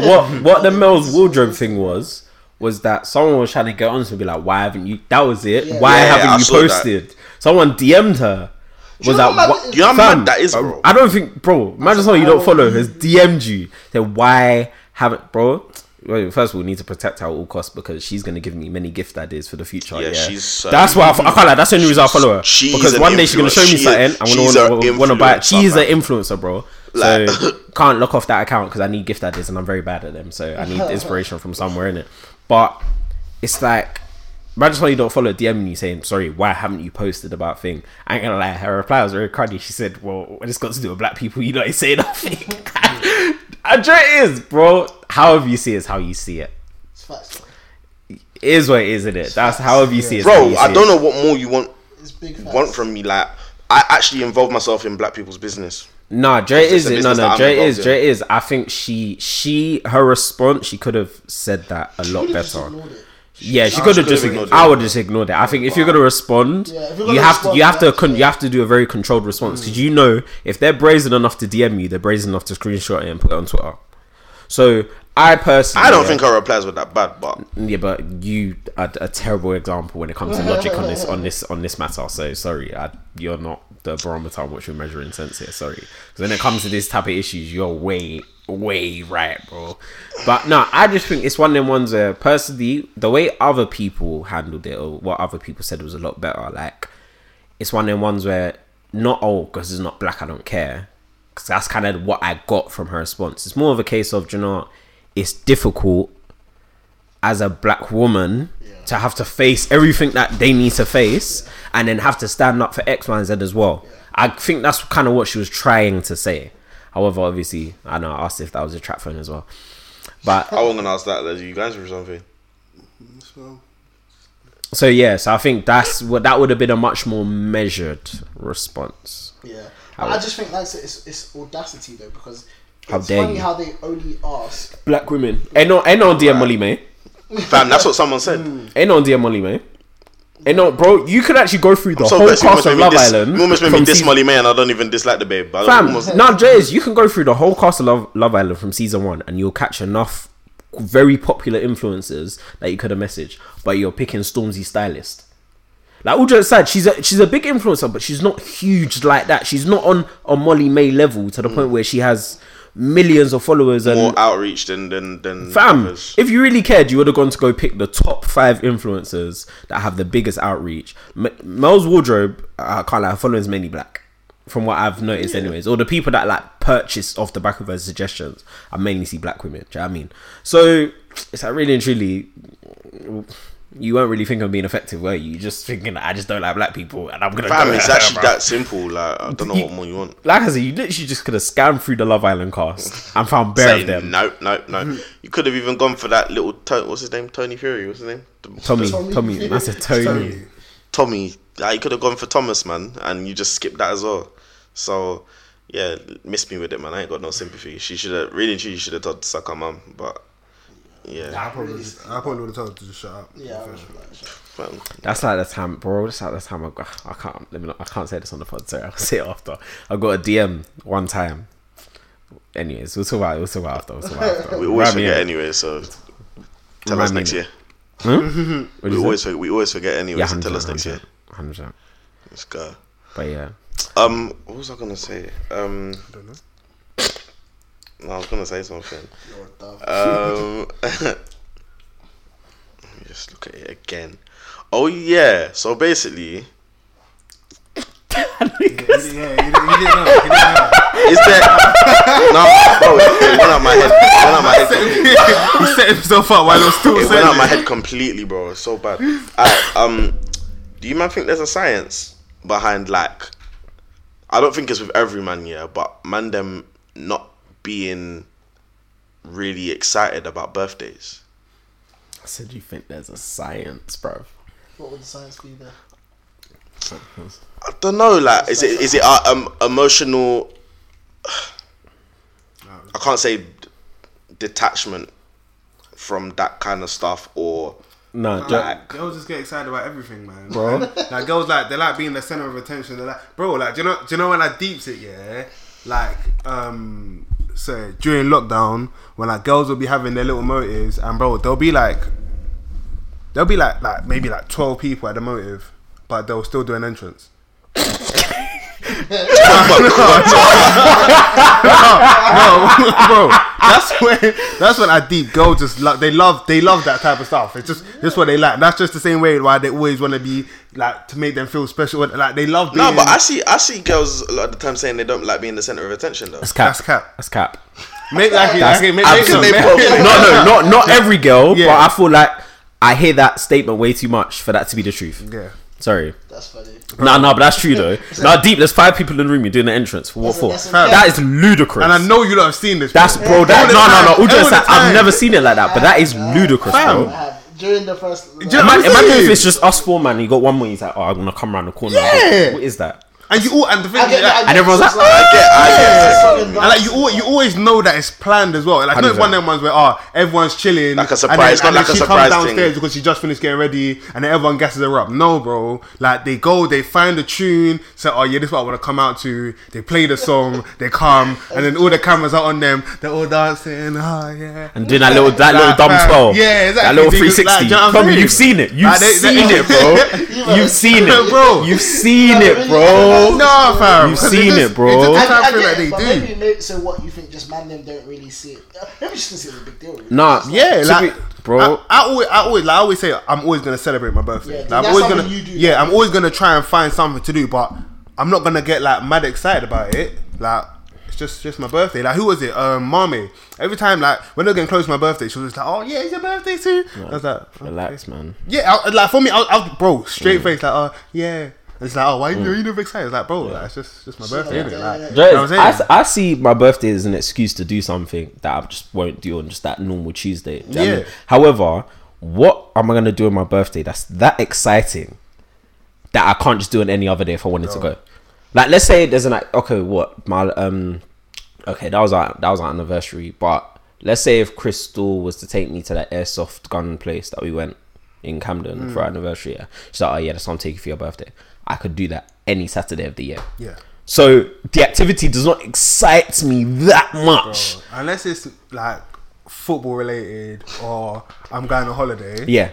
[LAUGHS] what what the Mel's wardrobe thing was was that someone was trying to get on to be like, why haven't you? That was it. Yeah. Why Yeah, haven't I you saw that. posted? Someone DM'd her. Was know that how mad what? it is? You know how Fam, mad that is, bro. I don't think, bro. Imagine someone you don't follow has DM'd you. Then why haven't, bro? Well, first of all, we need to protect her at all costs because she's gonna give me many gift ideas for the future. Yeah, Yeah, she's so- that's why I, fo- I can't lie. That's the only reason I follow her she's because an one day she's gonna show me influencer. She something. is- I'm she's gonna a wanna, wanna buy. it. She influencer, is fam. an influencer, bro. Like- so [COUGHS] can't lock off that account because I need gift ideas and I'm very bad at them. So I need inspiration from somewhere in it. But it's like imagine someone you don't follow DMing you saying, "Sorry, why haven't you posted about thing?" I ain't gonna lie, her reply was very cruddy. She said, "Well, it's got to do with black people. You know, ain't saying nothing." [LAUGHS] I sure it is, bro. However you see it is how you see it. It's facts. bro. It is what it is, isn't it? That's however you see it. is how Bro, you see I it. don't know what more you want It's big facts. want from me. Like, I actually involve myself in black people's business. Nah, Dre It's just is a it. No, business that no, I'm Dre involved is. in. Dre is. I think she, she, her response, she could have said that a lot [LAUGHS] Could've just better. ignored it. Yeah, she Nah, could she have could've just. ignored ignored it. I would just ignore that. I think if you're gonna respond, Yeah, if you're gonna you have to, respond, you have to, that's con- it. you have to do a very controlled response because you know if they're brazen enough to DM you, they're brazen enough to screenshot it and put it on Twitter. So I personally, I don't yeah, think her replies were that bad, but yeah, but you are a terrible example when it comes to logic on this on this on this matter. So sorry, I, you're not the barometer on which we're measuring sense here. Sorry, 'Cause when it comes to this type of issues, you're way, way right, bro. But no, I just think it's one of them ones where personally, the way other people handled it or what other people said was a lot better. Like, it's one of them ones where not oh, because it's not black, I don't care. Because that's kind of what I got from her response. It's more of a case of, do you know, what? it's difficult as a black woman to have to face everything that they need to face and then have to stand up for X, Y, and Z as well. I think that's kind of what she was trying to say. However, obviously, I know I asked if that was a trap phone as well. But I wasn't gonna ask that. Did you guys or something? So, so yeah, so I think that's what that would have been a much more measured response. Yeah, I just think that's it's, it's audacity though because How it's dare funny you. how they only ask. Black women, eno eno dia molly me, Fam, that's what someone said. eno dia molly me, eno bro. You could actually go through the So whole best, you almost cast of made me Love dis- Island. you almost made me from diss season- Molly May, and I don't even dislike the babe. But I Fam, almost- no, Jays, you can go through the whole cast of Love, Love Island from season one and you'll catch enough very popular influencers that you could have messaged, but you're picking Stormzy stylist. Like all jokes aside, she's a she's a big influencer, but she's not huge like that. She's not on a Molly May level to the point where she has millions of followers and more outreach than than than Fam, others. if you really cared, you would have gone to go pick the top five influencers that have the biggest outreach. M- Mel's wardrobe, I can't lie, her following is mainly black, from what I've noticed, anyways. Or the people that like purchase off the back of her suggestions, I mainly see black women. Do you know what I mean? So it's like really and truly, you weren't really thinking of being effective, were you? You're just thinking, I just don't like black people, and I'm gonna. Fam, go [LAUGHS] it's at her, actually bruv." that simple. Like I don't know what more you want. Like I said, you literally just could have scanned through the Love Island cast and found bare Saying of them. Mm-hmm. no, no, no. You could have even gone for that little. To- what's his name? Tony Fury. What's his name? The- Tommy, Tommy. Tommy, and I said Tony. Tony. Tommy. Like, you could have gone for Thomas, man, and you just skipped that as well. So yeah, miss me with it, man. I ain't got no sympathy. She should have really. She should have told to suck her mum, but yeah. I probably, just, I probably would have told her to just shut up. Yeah, I was like, fam. That's like the time, bro. That's like the time I, got, I can't. Let me. Not, I can't say this on the pod. Sorry, [LAUGHS] I'll say it after. I got a DM one time. Anyways, we'll talk about it. We'll talk about it after. We'll talk about it after. [LAUGHS] We always Remind me forget of it. anyway, so tell Remind us me next of it. year. What'd We you say? always we always forget anyway, yeah, so tell us next year. Hundred percent. Let's go. But [LAUGHS] yeah, Um, what was I gonna say? Um, I don't know. no, I was gonna say something. you're a Um, dumb. [LAUGHS] let me just look at it again. Oh yeah. So basically, Yeah, he didn't- yeah, he didn't he didn't know. He didn't [LAUGHS] know. is there? [LAUGHS] no, bro, it went out my head. It went out my head. completely. he set himself up while I was [LAUGHS] still It went saying out my it. head completely, bro. It's so bad. Alright, um, do you man think there's a science behind like? I don't think it's with every man, yeah, but man them not being really excited about birthdays. I said you think there's a science, bro. What would the science be there? I don't know. Like, is it is it our um, emotional? I can't say detachment from that kind of stuff, or No, Nah. ju- Like, girls just get excited about everything, man. Bro, [LAUGHS] like girls like they like being the center of attention. They're like, bro, like do you know, do you know when I deeps it, yeah? Like, um, so during lockdown, when like girls will be having their little motives, and bro, they'll be like, they'll be like, like maybe like twelve people at the motive, but they'll still do an entrance. no, bro, that's when that's when I deep go. Just love they love they love that type of stuff. It's just that's what they like. That's just the same way why they always want to be like to make them feel special. Like they love being. no. But I see, I see girls a lot of the time saying they don't like being the center of attention, though. that's cap. That's cap. That's cap. [LAUGHS] make like That's okay, make, make, absolute- some- Because they probably- no, no, not not every girl. Yeah. But I feel like I hear that statement way too much for that to be the truth. yeah. Sorry. That's funny. No, no, but that's [LAUGHS] true though. Now, deep. There's five people in the room. You're doing the entrance for what That's- for? that's That is a- ludicrous. And I know you lot have seen this. That's bro. That, All the no, no, no. time, All jokes all the aside, I've time. never seen it like that. But that is ludicrous, Fam. bro. I have during the first. you know- Imagine, I'm imagine serious. if it's just us four, man. You got one more. He's like, "Oh, I'm gonna come around the corner." Yeah. What is that? And you all and the thing. I is, get- I like, get- And everyone's like, it's like- I get, I get. it's so and like you, all, you embarrassing. always know that it's planned as well. Like it's not one of them ones where oh everyone's chilling, Like a and surprise, then- it's not and then like a she surprise comes thing. downstairs because she just finished getting ready, and then everyone guesses her up. No, bro. Like they go, they find the tune, say oh yeah, this is what I want to come out to. They play the song, [LAUGHS] they come, and then all the cameras are on them. They're all dancing. Oh yeah. And doing that little, that little Like, dumb fam, twirl. yeah, exactly. That little They just, 360. like, do you know what I'm Fam, saying? you've seen it. [LAUGHS] You've Like, they- they- seen it, bro. You've seen it, Bro. [LAUGHS] You've seen it, bro. bro. Nah, fam. You've 'cause seen just- it, bro. It's I- just I, I something get that it, they but do. maybe, maybe so. What you think? Just man, them don't really see it. [LAUGHS] Maybe just didn't see it as a big deal. Really. Nah, Yeah, to like, be- bro. I, I always, I always, like, I always say, I'm always gonna celebrate my birthday. Yeah, Like, that's I'm always something gonna, you do. yeah, I'm always gonna try and find something to do, but I'm not gonna get like mad excited about it. Like, it's just, just my birthday. Like, who was it? Um, mommy. Every time, like, when they're getting close to my birthday, she was just like, "Oh yeah, it's your birthday too." I was like, "Oh." relax, man. "Yeah," I, like for me, I, was- I was bro, Mm. straight face, like, "Oh yeah." And It's like, "Oh, why are you, are you never excited?" It's like, bro, like, it's just, just my birthday, like innit? that, Like, yeah. you know what I'm saying? I, s- I see my birthday as an excuse to do something that I just won't do on just that normal Tuesday. Do you know what I mean? Yeah. However, what am I gonna do on my birthday that's that exciting that I can't just do on any other day if I wanted to go? Like, let's say there's an act- okay, what my um, okay, that was our that was our anniversary, but let's say if Crystal was to take me to that airsoft gun place that we went in Camden for our Hmm. anniversary, yeah, she's like, oh yeah, that's what I'm taking for your birthday. I could do that any Saturday of the year. yeah. So the activity does not excite me that much. Unless it's like football related or I'm going on holiday. Yeah.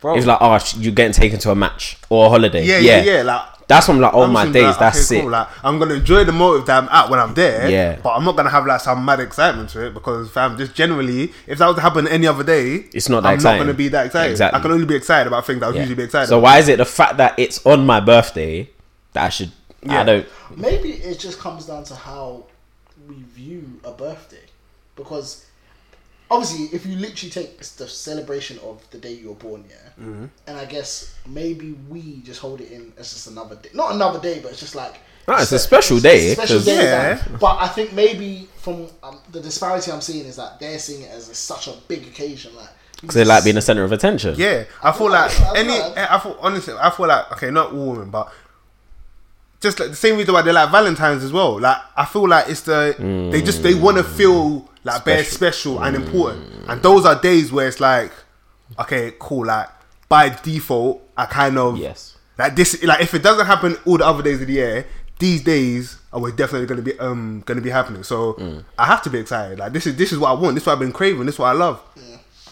Bro. It's like, oh, sh- you're getting taken to a match or a holiday. yeah, yeah, yeah. Like That's when I'm like, oh I'm my thinking, days, like, that's okay, sick. cool, Like I'm gonna enjoy the motive that I'm at when I'm there. Yeah. But I'm not gonna have like some mad excitement to it because fam, just generally, if that was to happen any other day, It's not that I'm exciting. not gonna be that excited. Exactly. I can only be excited about things that I would Yeah. usually be excited. so about. why is it the fact that it's on my birthday that I should? Yeah. I don't. Maybe it just comes down to how we view a birthday, because obviously, if you literally take the celebration of the day you were born, yeah, Mm-hmm. and I guess maybe we just hold it in as just another day, not another day, but it's just like No, it's a special day, special 'cause- day, Yeah. man. But I think maybe from um, the disparity I'm seeing is that they're seeing it as a, such a big occasion, like Because they like being the center of attention. Yeah, I feel like I feel any. like- I feel honestly, I feel like okay, not all women, but just like the same reason why they like Valentine's as well. Like I feel like it's the they just they want to feel like they're special and important, and those are days where it's like, okay, cool. Like by default, I kind of Yes. Like this, like if it doesn't happen all the other days of the year, these days are we're definitely gonna be um gonna be happening. So Mm. I have to be excited. Like this is this is what I want. This is what I've been craving. This is what I love.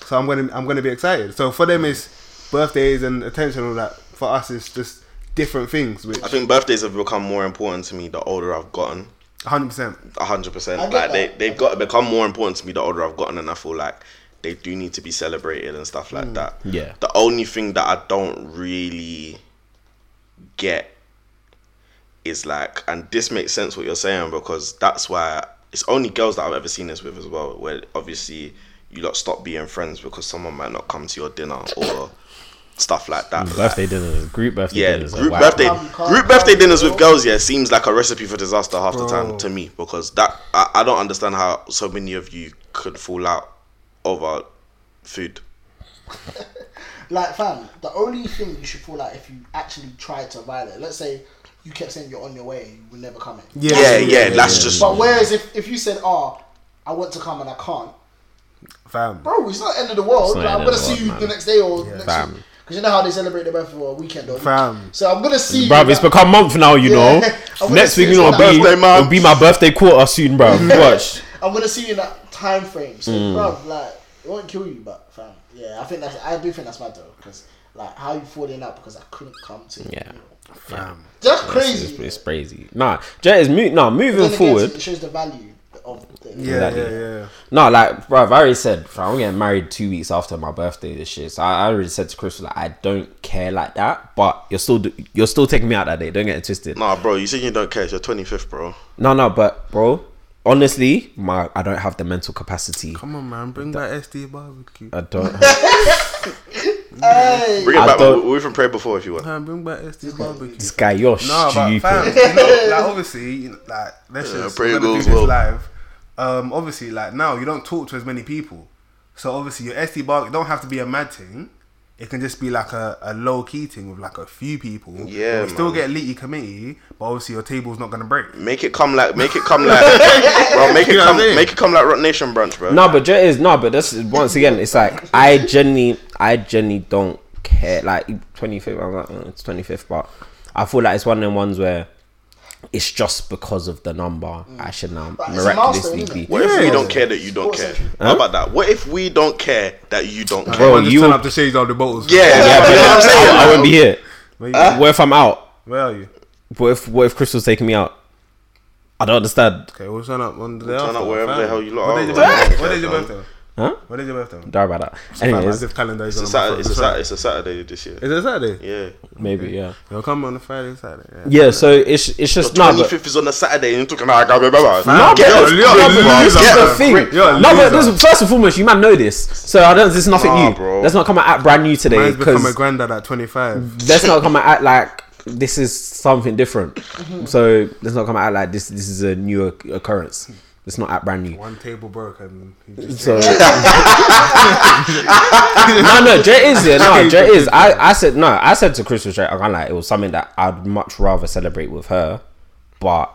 So I'm gonna I'm gonna be excited. So for them it's birthdays and attention and all that. For us it's just different things. Which I think birthdays have become more important to me the older I've gotten. 100. percent A hundred percent. I get Like they that. they've got become more important to me the older I've gotten, and I feel like they do need to be celebrated and stuff Hmm. like that. Yeah. The only thing that I don't really get is like, and this makes sense what you're saying because that's why it's only girls that I've ever seen this with as well. Where obviously you lot stop being friends because someone might not come to your dinner or stuff like that. Like, Birthday dinners, group birthday yeah, dinners. are group whack. birthday, Can't- can't- group birthday can't dinners go. with girls. Yeah, seems like a recipe for disaster half the Bro. time to me because that I, I don't understand how so many of you could fall out over food. Like, fam, the only thing you should fall out if you actually tried to violate. Let's say you kept saying you're on your way and you were never coming. Yeah, yeah, that's just But whereas if, if you said, oh, I want to come and I can't, fam. bro, it's not the end of the world. not Like, the end I'm of gonna the see world, you man. the next day or next Fam. week. Because you know how they celebrate their birthday for a weekend or a week. Fam. So I'm gonna see Bruv, you. it's become month now, you [LAUGHS] Yeah. I know. wanna Next see week, it you know, on be, birthday, man. it'll be my birthday quarter soon, bro. [LAUGHS] Watch. [LAUGHS] I'm gonna see you in that time frame. So, Mm. bruv, like, it won't kill you, but fam, yeah, I think that's, I do think that's mad though, because like, how you falling out because I couldn't come to you. Yeah. fam. That's It's, crazy. it's, it's crazy. Nah, Jet is mo- nah, Then moving again, forward. it shows the value of the Yeah, Exactly. yeah, yeah. No, like, bro, I've already said, bruv, I'm getting married two weeks after my birthday this year. So I, I already said to Crystal, like, I don't care like that, but you're still do- you're still taking me out that day. Don't get it twisted. No, Nah, bro, you said you don't care. It's your twenty fifth, bro. no, but bro, honestly, my I don't have the mental capacity. Come on, man, bring that SD barbecue. Uh, I don't. [LAUGHS] Have- Hey, Bring it I back. don't- We, we can pray before if you want. Man, bring back SD barbecue. this guy, you're No, but stupid. fam, you know, like obviously, you know, like let's Yeah, just pray we're it gonna do goes this well. live. Um, obviously, like now you don't talk to as many people, so obviously your SD bar it don't have to be a mad thing. It can just be like a, a low key thing with like a few people. Yeah, we still man. get elite committee, but obviously your table's not gonna break. Make it come like, make it come like, bro. Make You it know what come, I mean? make it come like Rock Nation brunch, bro. No, but Jet is no, but that's once again, it's like I genuinely, I genuinely don't care. Like twenty fifth, I'm like, "Uh, it's twenty fifth, but I feel like it's one of them ones where it's just because of the number I should now Mm. But it's a milestone, miraculously isn't be. it? What if we Yeah. don't care that you don't Sports care? section. How about that? What if we don't care that you don't care? Everyone just you- turn up the shades of the bottles. Yeah, Yeah, you [LAUGHS] know what I'm but saying? I, I won't be here. Where you, What if I'm out? where are you? What if what if Crystal's taking me out? I don't understand. Okay, we'll turn up on the day turn after, up wherever fam. the hell you What lot are, [LAUGHS] day's your right? birthday? What day's your birthday? Huh? What day's your birthday? Sorry about that. As Anyways, if calendar is It's a on my Saturday. phone. It's a Saturday. It's a Saturday this year. Is it Saturday? Yeah. maybe yeah. You'll come on a Friday, Saturday. Yeah. Yeah. So it's it's just no. Twenty But, fifth is on a Saturday, and you're talking about. I remember. Fam, get you're- off- you're get a off- loser, That's the fam. thing. You're a No, but loser. listen, first and foremost, you man know this, so I don't. This is nothing Nah, new. bro. Let's not come and act brand new today Man's become a because granddad at 25. let's not come and act like this is something different. so let's not come and act like this. This is a new oc- occurrence. Let's not act brand new. One table broke and he just So no, no, Jay is yeah, no, Jay is. I, I said no, I said to Crystal straight. I can't lie. It was something that I'd much rather celebrate with her, but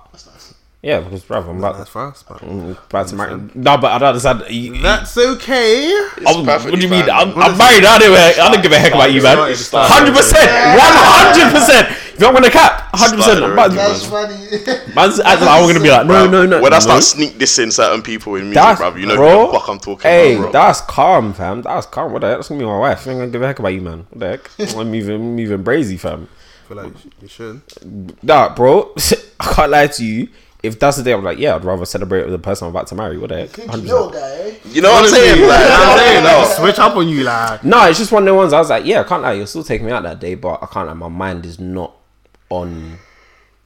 yeah, because brother, I'm about, that's fast. But Mm. about to marry. No, but I don't understand. You, that's okay. I was- perfectly what do you mean? fine. I'm, I'm married anyway. I don't give a heck about you, man. Started, started. Hundred percent, one hundred percent. If you want to cap, hundred percent. Started Man's already. That's funny. [LAUGHS] man's acting like I'm gonna be like, no, Bruv, no, no. When no. I start sneak dissing certain people in music, That's- bruv, you know bro, what the fuck I'm talking Hey, about, bro. that's calm, fam. That's calm. What the heck? That's gonna be my wife. I ain't gonna give a heck about you, man. What the [LAUGHS] heck? I'm even, I'm even brazy, fam. I feel like you sh- you should. Nah, bro. [LAUGHS] I can't lie to you. If that's the day, I'm like, yeah, I'd rather celebrate with the person I'm about to marry. What the heck? Think you 100%. know, guy. you know what I'm saying? Like, I'm saying, like, no. switch up on you, like. No, it's just one of the ones I was like, yeah, I can't lie, you're still taking me out that day, but I can't lie, my mind is not on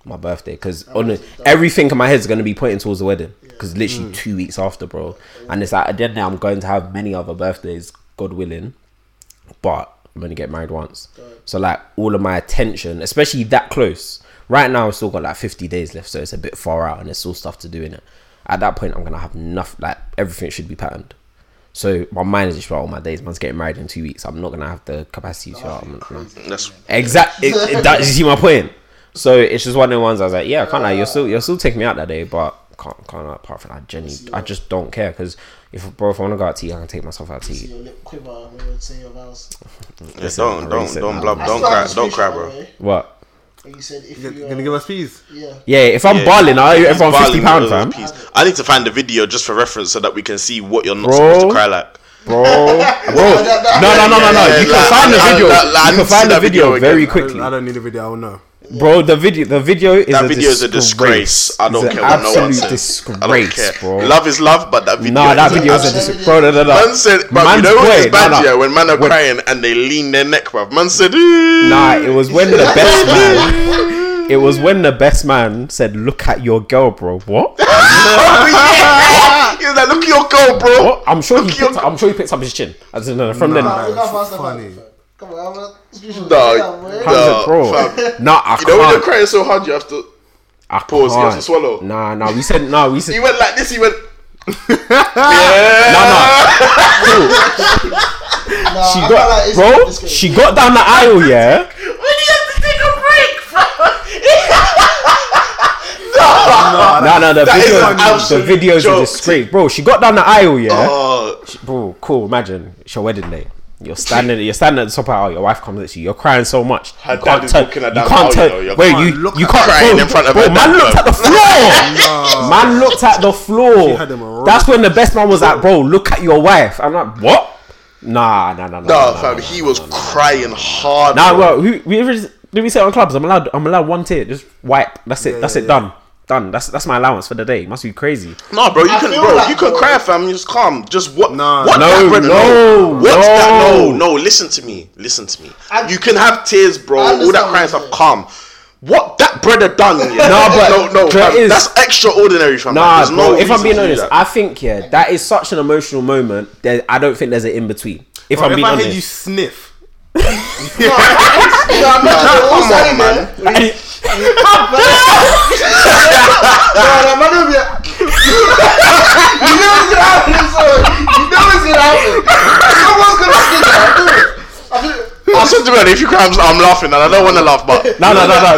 my birthday because on the- everything in my head is going to be pointing towards the wedding because literally two weeks after, bro. And it's like, at the end of the day, I'm going to have many other birthdays, God willing, but I'm going to get married once. So, like, all of my attention, especially that close, right now, I've still got like 50 days left, so it's a bit far out and there's still stuff to do in it. At that point, I'm going to have enough, like, everything should be patterned. So my mind is just about all my days. Man's getting married in two weeks. I'm not gonna have the capacity to. I'm, I'm, That's exact. It, it, that, you see my point. So it's just one of the ones I was like, yeah, can't I? You're still you're still taking me out that day, but can't can't I? Apart from that, I genuinely, I just don't care because if bro, if I want to go out to eat, I can take myself out to See eat. your lip quiver when you're saying your vows. yeah, don't I don't said don't that. blub I don't still cry have the don't cry, screenshot, by the bro. way, What? when You said if You you. gonna uh, give us peas? Yeah. Yeah, if I'm Yeah. balling, I if I'm Barley fifty pound, with [LAUGHS] fam, peas. I need to find the video just for reference so that we can see what you're not Bro. supposed to cry like. [LAUGHS] bro. bro. No, no, no, no, no. Yeah, like, You can find the I- I- video. like, like, I You need can to see find the that video video again. very I don't, quickly, I don't need a video. I don't know. bro. The video, the video is That a video is a disgrace. I don't It's an care what no one absolute says. disgrace, I don't care. bro. Love is love, but that video. Nah, that is video an is a absolute- dis- bro. No, no, no. Man said, bruv, you Man's know what is boy, bad nah, nah. yeah? When men are When- crying and they lean their neck, bruv. Man said, "Ooh." Nah, it was when the best man. It was when the best man said, "Look at your girl, bro." What? yeah. [LAUGHS] He was like, look at your girl, bro. What? I'm sure he. Look at your Picked, I'm sure he picked up his chin. As in, uh, from [LAUGHS] then, Nah. nah, Nah, enough it's us about funny. it, fam. Come on, I'm a screenshot. Nah, Come nah. on, man. bro. fam. Nah, I You know when you're can't. crying so hard, you have to. I pause, you have to can't. swallow. Nah, nah. We said nah. We said He went like this. He went. nah, nah. Nah, She I feel like got, it's- bro. it's good. She got down the aisle, yeah. [LAUGHS] No, no, the That is video, an the absolute videos are joke. disgrace, bro. She got down the aisle, yeah. Oh, bro, cool. Imagine it's your wedding day. You're standing, you're standing at the top of the aisle. Your wife comes at you. You're crying so much. Her you dad can't is turn. walking her You down the can't aisle, turn. you know, you wait, can't you look you at- can't crying bro, in front of bro, her Man dad, looked at [LAUGHS] the floor. Man looked at the floor. had him rope. That's when the best man was like, bro, look at your wife. I'm like, what? Nah, nah, nah, nah. no, nah, fam. nah, he was crying hard. Nah, bro. well, who, we ever- did we say on clubs? I'm allowed. I'm allowed one tear. Just wipe. That's it. that's yeah, it. yeah. Done. Done. That's that's my allowance for the day. Must be crazy. No, bro, you I can, feel bro, like- you can cry, fam. You just calm. Just what? No, what no, that, Brendan? no, What's that? no. No, no. Listen to me. Listen to me. I- you can have tears, bro. I All that understand crying what stuff. you're Calm. What that brother done? [LAUGHS] Yeah? Nah, but no, no, there fam, is- that's extraordinary, fam. Nah, There's bro. no if I'm reason being to do honest, that. I think yeah, that is such an emotional moment. That I don't think there's an in between. If I'm if being I hear you honest, sniff, Nah, I'm not sure what's come on, happening, man. man. [LAUGHS] Nah, I'm not gonna be like- [LAUGHS] You know it's gonna happen, so you know it's gonna happen. Someone's gonna sneak it. I feel it. I feel it. I said to me, if you cry, I'm, I'm laughing, and I don't want to laugh, but [LAUGHS] no, no, no, no,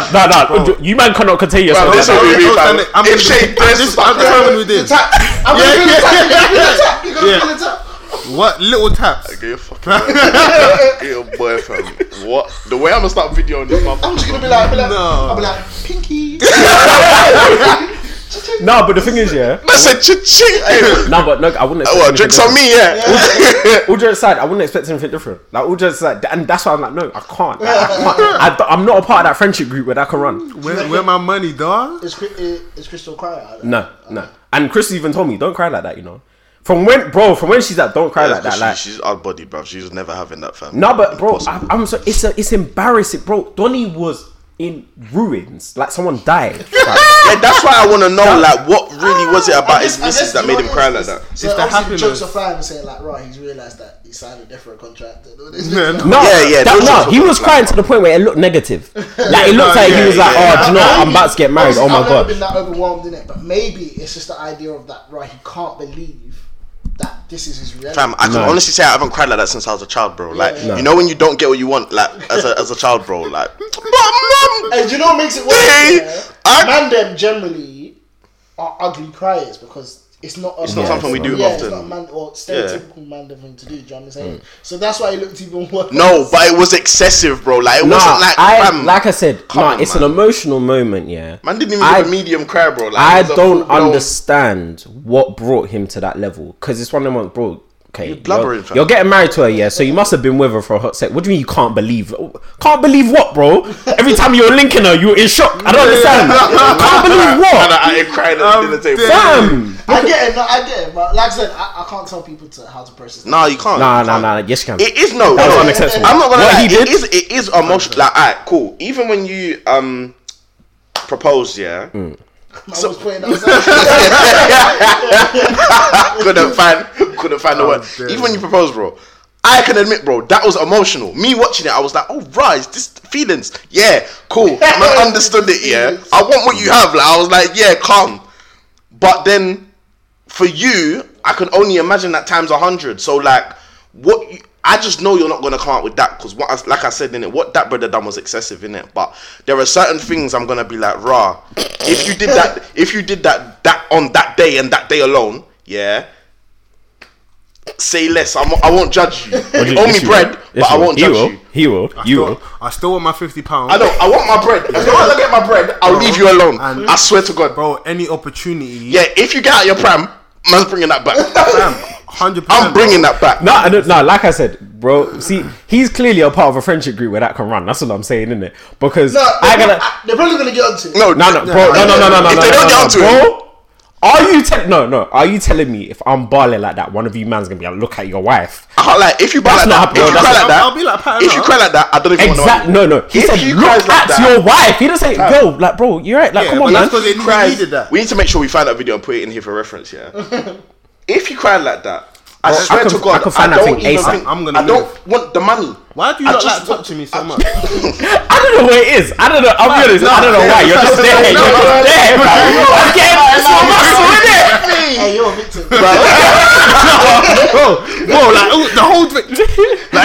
no, no. You man cannot contain yourself. Bro, like listen that. to me, I'm fam. gonna- I'm If gonna- Shay I'm does just- I'm fuck, just yeah. having [LAUGHS] with The this. tap. I'm gonna feel the tap. You're Yeah. gonna feel the tap. You're gonna feel the tap. What little taps? Get your [LAUGHS] fucking boy- get your boy, fam. What? The way I'm gonna start videoing this, I'm [LAUGHS] motherfucker. just gonna be like, be like No. I'll be like, Pinky. No, but the thing is, [LAUGHS] yeah. That's a ching. Hey, No, but look, I wouldn't. expect what, anything drinks on different. me, yeah. All jokes aside, I wouldn't expect anything different. Like all jokes aside, and that's why I'm like, no, I can't. Like, [LAUGHS] I can't. I, am not a part of that friendship group where that can run. Where, where my money, dog? Is, Chri- is Crystal crying? out there? No, no. And Chris even told me, don't cry like that. You know, from when, bro, from when she's like, don't cry like that. She- Like, she's odd body, bruv. She's never having that fam. No, but bro, Impossible. I, I'm so it's a, it's embarrassing, bro. Donny was in ruins, like someone died. Like, yeah, that's why I want to know, like, what really was it about his Ah, I guess- I missus guess that made him what cry it like is, that? So It's the obviously happiness. jokes are flying and saying like, right, he's realised that he signed a different contract. [LAUGHS] No, no. no, Yeah, yeah, that- those are no, he sort was of crying like- to the point where it looked negative. Like it looked no, like he yeah, was like, yeah. oh, do you know, what? I'm about to get married. Oh my I've never been god. that overwhelmed in it, but maybe it's just the idea of that. Right, he can't believe that this is his reality. Fam, I can No. honestly say I haven't cried like that since I was a child, bro. Like, No. you know when you don't get what you want, like as a as a child, bro. Like, but mum, And you know what makes it worse? Hey, yeah? I- Man, them generally are ugly criers because it's not. A It's not man- something we do yeah, often. It's not a man or stereotypical man thing to do. Do you know what I'm saying? Mm. So that's why it looked even worse. no, but it was excessive, bro. Like, it Nah, wasn't like, I, fam, like I said, come nah, on, it's an man. emotional moment, yeah. man didn't even I- have a medium cry, bro. Like, I it was a don't full-blown- [LAUGHS] understand what brought him to that level because it's one of them ones, bro. Okay, you're, blubbering, fam. you're getting married to her, yeah. So you must have been with her for a hot sec. What do you mean you can't believe? Can't believe what, bro? Every time you're linking her, you're in shock. I don't [LAUGHS] understand. can't believe Man, what, I, I ain't cried at Um, the dinner table. damn. fam. I get it. No, I get it. But like I said, I, I can't tell people to how to process. Nah, you can't. Nah, you nah, can't. nah. Yes, you can. It is no. That was no. unacceptable. I'm not gonna What lie. he did- It is. It is emotional. Like, alright, cool. Even when you um proposed, yeah, Mm. I was playing that. [LAUGHS] couldn't find couldn't find the word. damn. Even when you proposed, bro, I can admit, bro, that was emotional. Me watching it, I was like, oh, right, is this feelings. Yeah, cool. I understood it. Yeah, I want what you have. Like, I was like, yeah, calm. But then for you, I can only imagine that times a hundred. So like, what? You, I just know you're not gonna come out with that because what, I, like I said in it, what that brother done was excessive in it. But there are certain things I'm gonna be like, rah. If you did that, if you did that, that on that day and that day alone, yeah. Say less. I'm, I won't judge you. You owe me bread, but I won't judge you. He will. You will. I still want my fifty pounds. I know. I want my bread. As long as I get my bread, I'll leave you alone. and- I swear to God. bro. Any opportunity, Yeah, if you get out your pram, man's bringing that back. hundred percent. I'm bringing that back. No, I don't- no, like I said, bro. See, he's clearly a part of a friendship group where that can run. That's all I'm saying, isn't it? Because No, I gotta. they're probably gonna get onto it. No, No, no, bro, no, no, no, no, no, If no, they no, don't no, get onto bro. it, Are you telling? No, no. Are you telling me if I'm barling like that, one of you man's gonna be like, look at your wife? I like if you buy That's like that, not happening, if you bro, cry that's- like that, I'll be like, "Pat, if you no." cry like that, I don't even want to. Exactly. No, no. He If said, you look guys like at that- your wife. He didn't say, yo, like, bro, you're right. Like, Yeah, come but on, man. that's 'cause it Cries- needed that. We need to make sure we find that video and put it in here for reference. Yeah. [LAUGHS] if you cry like that, I Bro, I swear can- to I God, can I, find that don't thing even ASAP. think. I'm I'm gonna gonna. I don't move. want the money. [LAUGHS] Why do you I not just like want- touching me so much? I don't know where it is. I don't know. I'll be honest. I don't know why. You're just there. You're just there, bro. I'm getting it's my muscle, innit? Hey, you're a [LAUGHS] victim. Bro, bro, like, Ooh, the whole thing. nah, I,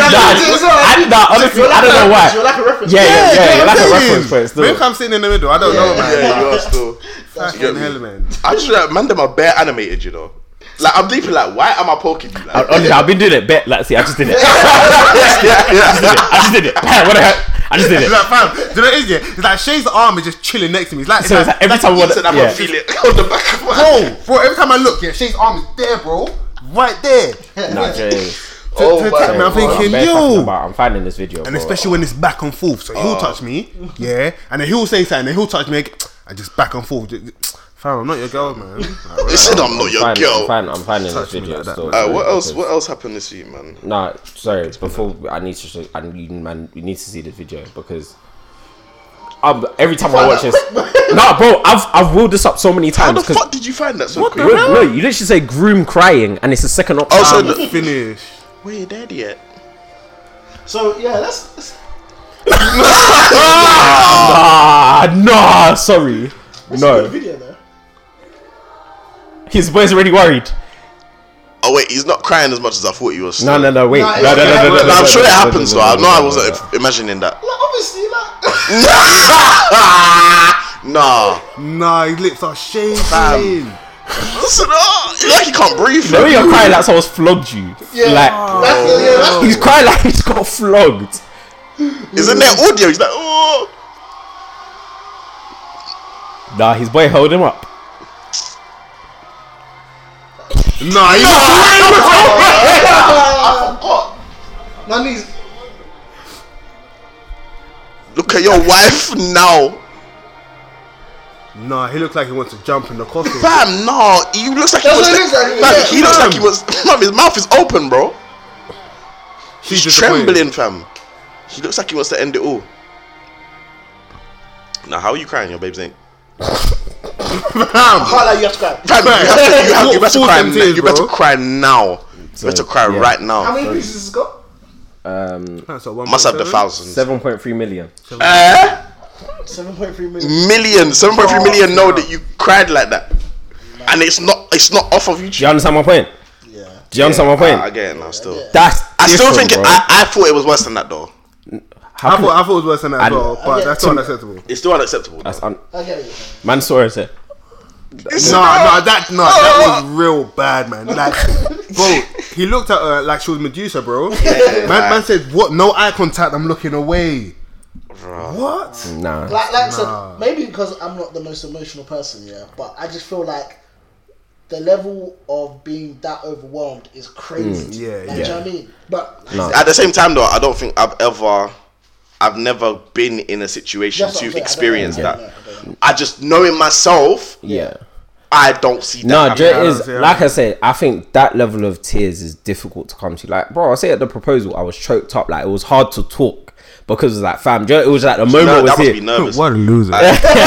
nah, honestly, I don't know You're why. like a reference. Yeah, yeah, do yeah. you know You're what I'm like a saying? reference point Maybe still. I'm sitting in the middle. I don't know, man. Yeah, you are still. Fucking hell, man. I just like, man, them are bare animated, you know. Like I'm deep in like, why am I poking you? Like, Honestly, I've been doing it. Bet, like, see, I just did [LAUGHS] it. [LAUGHS] yeah, yeah, yeah. I just did it. [LAUGHS] What the heck? I just did It's it. like, fam, do you know what it is? Yeah, it's like Shay's arm is just chilling next to me. It's like, So it's it's like like every time I You want said I to, can yeah. feel it [LAUGHS] on the back of my bro, bro. Every time I look, yeah, Shay's arm is there, bro, right there. To, Nah, Jay. Oh to my touch me, I'm God. thinking, I'm yo, I'm finding this video. And especially when it's back and forth. So he'll touch me, yeah, and then he'll say something, and he'll touch me, like, and just back and forth. Just, Fam, I'm not your girl, man. Like, [LAUGHS] They said I'm not your I'm, girl. finding, I'm finding this me video. like that, still, man. Uh, what bro, else? because- What else happened this week, man? Nah, sorry. Before I need to, show, I need man, we need to see this video because um, every time I watch [LAUGHS] this, nah, bro, I've I've willed this up so many How times the because fuck did you find that so quick? no, you literally say groom crying and it's the second option. Oh, so I'm the- finished. where your dad yet? So yeah, that's, that's ah, nah, sorry, a good no, video though. his boy's already worried. Oh wait, he's not crying as much as I thought he was. No, no, no, wait, no, Nah, no, no, it's no, okay. no, But no, I'm no, sure no, it no, happens no, though. I know no, I no, wasn't no. imagining that. Like obviously, like [LAUGHS] nah. Nah, his lips are shaking. Listen, oh, it's like he can't breathe. No, you're crying like someone's flogged you. yeah, Like that's, Oh. the- yeah, [LAUGHS] that's he's crying like he's got flogged. Isn't there audio? He's like, oh. Nah, his boy held him up. Nah, you I forgot. My knees. Look at your wife now. Nah, he looks like he wants to jump in the coffin. Fam, no. He looks like he That's was. what it is, like, fam, yeah, he looks like he was. [LAUGHS] Fam, his mouth is open, bro. She's Trembling, fam. He looks like he wants to end it all. Now, how are you crying? Your babes ain't. I can't lie, you have to cry. Fam, you, have to, you, have, you Full- full [LAUGHS] better cry. them now. tears, you better bro. cry now. You better cry yeah. right How now. many pieces has it got? Um, That's a one Must have the seven. thousands. seven point three million. Eh? 7.3 Mm. million. million, 7.3 million know that you cried like that. And it's not it's not off of Do you YouTube. understand my point? Yeah. Do you understand my I, I point? get it now still. That's I still different, think it, bro. I, I thought it was worse than that though. How I can- thought, I thought it was worse than that as I- well, but yeah, that's to- not unacceptable. It's still unacceptable. that's Though. un- I get it. man saw it. sir. It's No, not- Oh. no, that no, that was real bad, man. [LAUGHS] Like, bro, he looked at her like she was Medusa, bro. man, man said, "What? No eye contact. I'm looking away." What? Nah. Like, like I said, maybe because I'm not the most emotional person, yeah, but I just feel like the level of being that overwhelmed is crazy. yeah, like, Do you know what I mean? But like, At the same time though, I don't think I've ever I've never been in a situation that's what I'm saying, I to don't experience know, I that. don't know, I don't know. I just knowing myself, Yeah. I don't see that. No, happening. Jay I is don't see like I said. I think that level of tears is difficult to come to. Like, bro, I say at the proposal, I was choked up. Like, it was hard to talk because it was like, fam, Joe, it was like the moment no, was that must here. be nervous. [LAUGHS] a loser!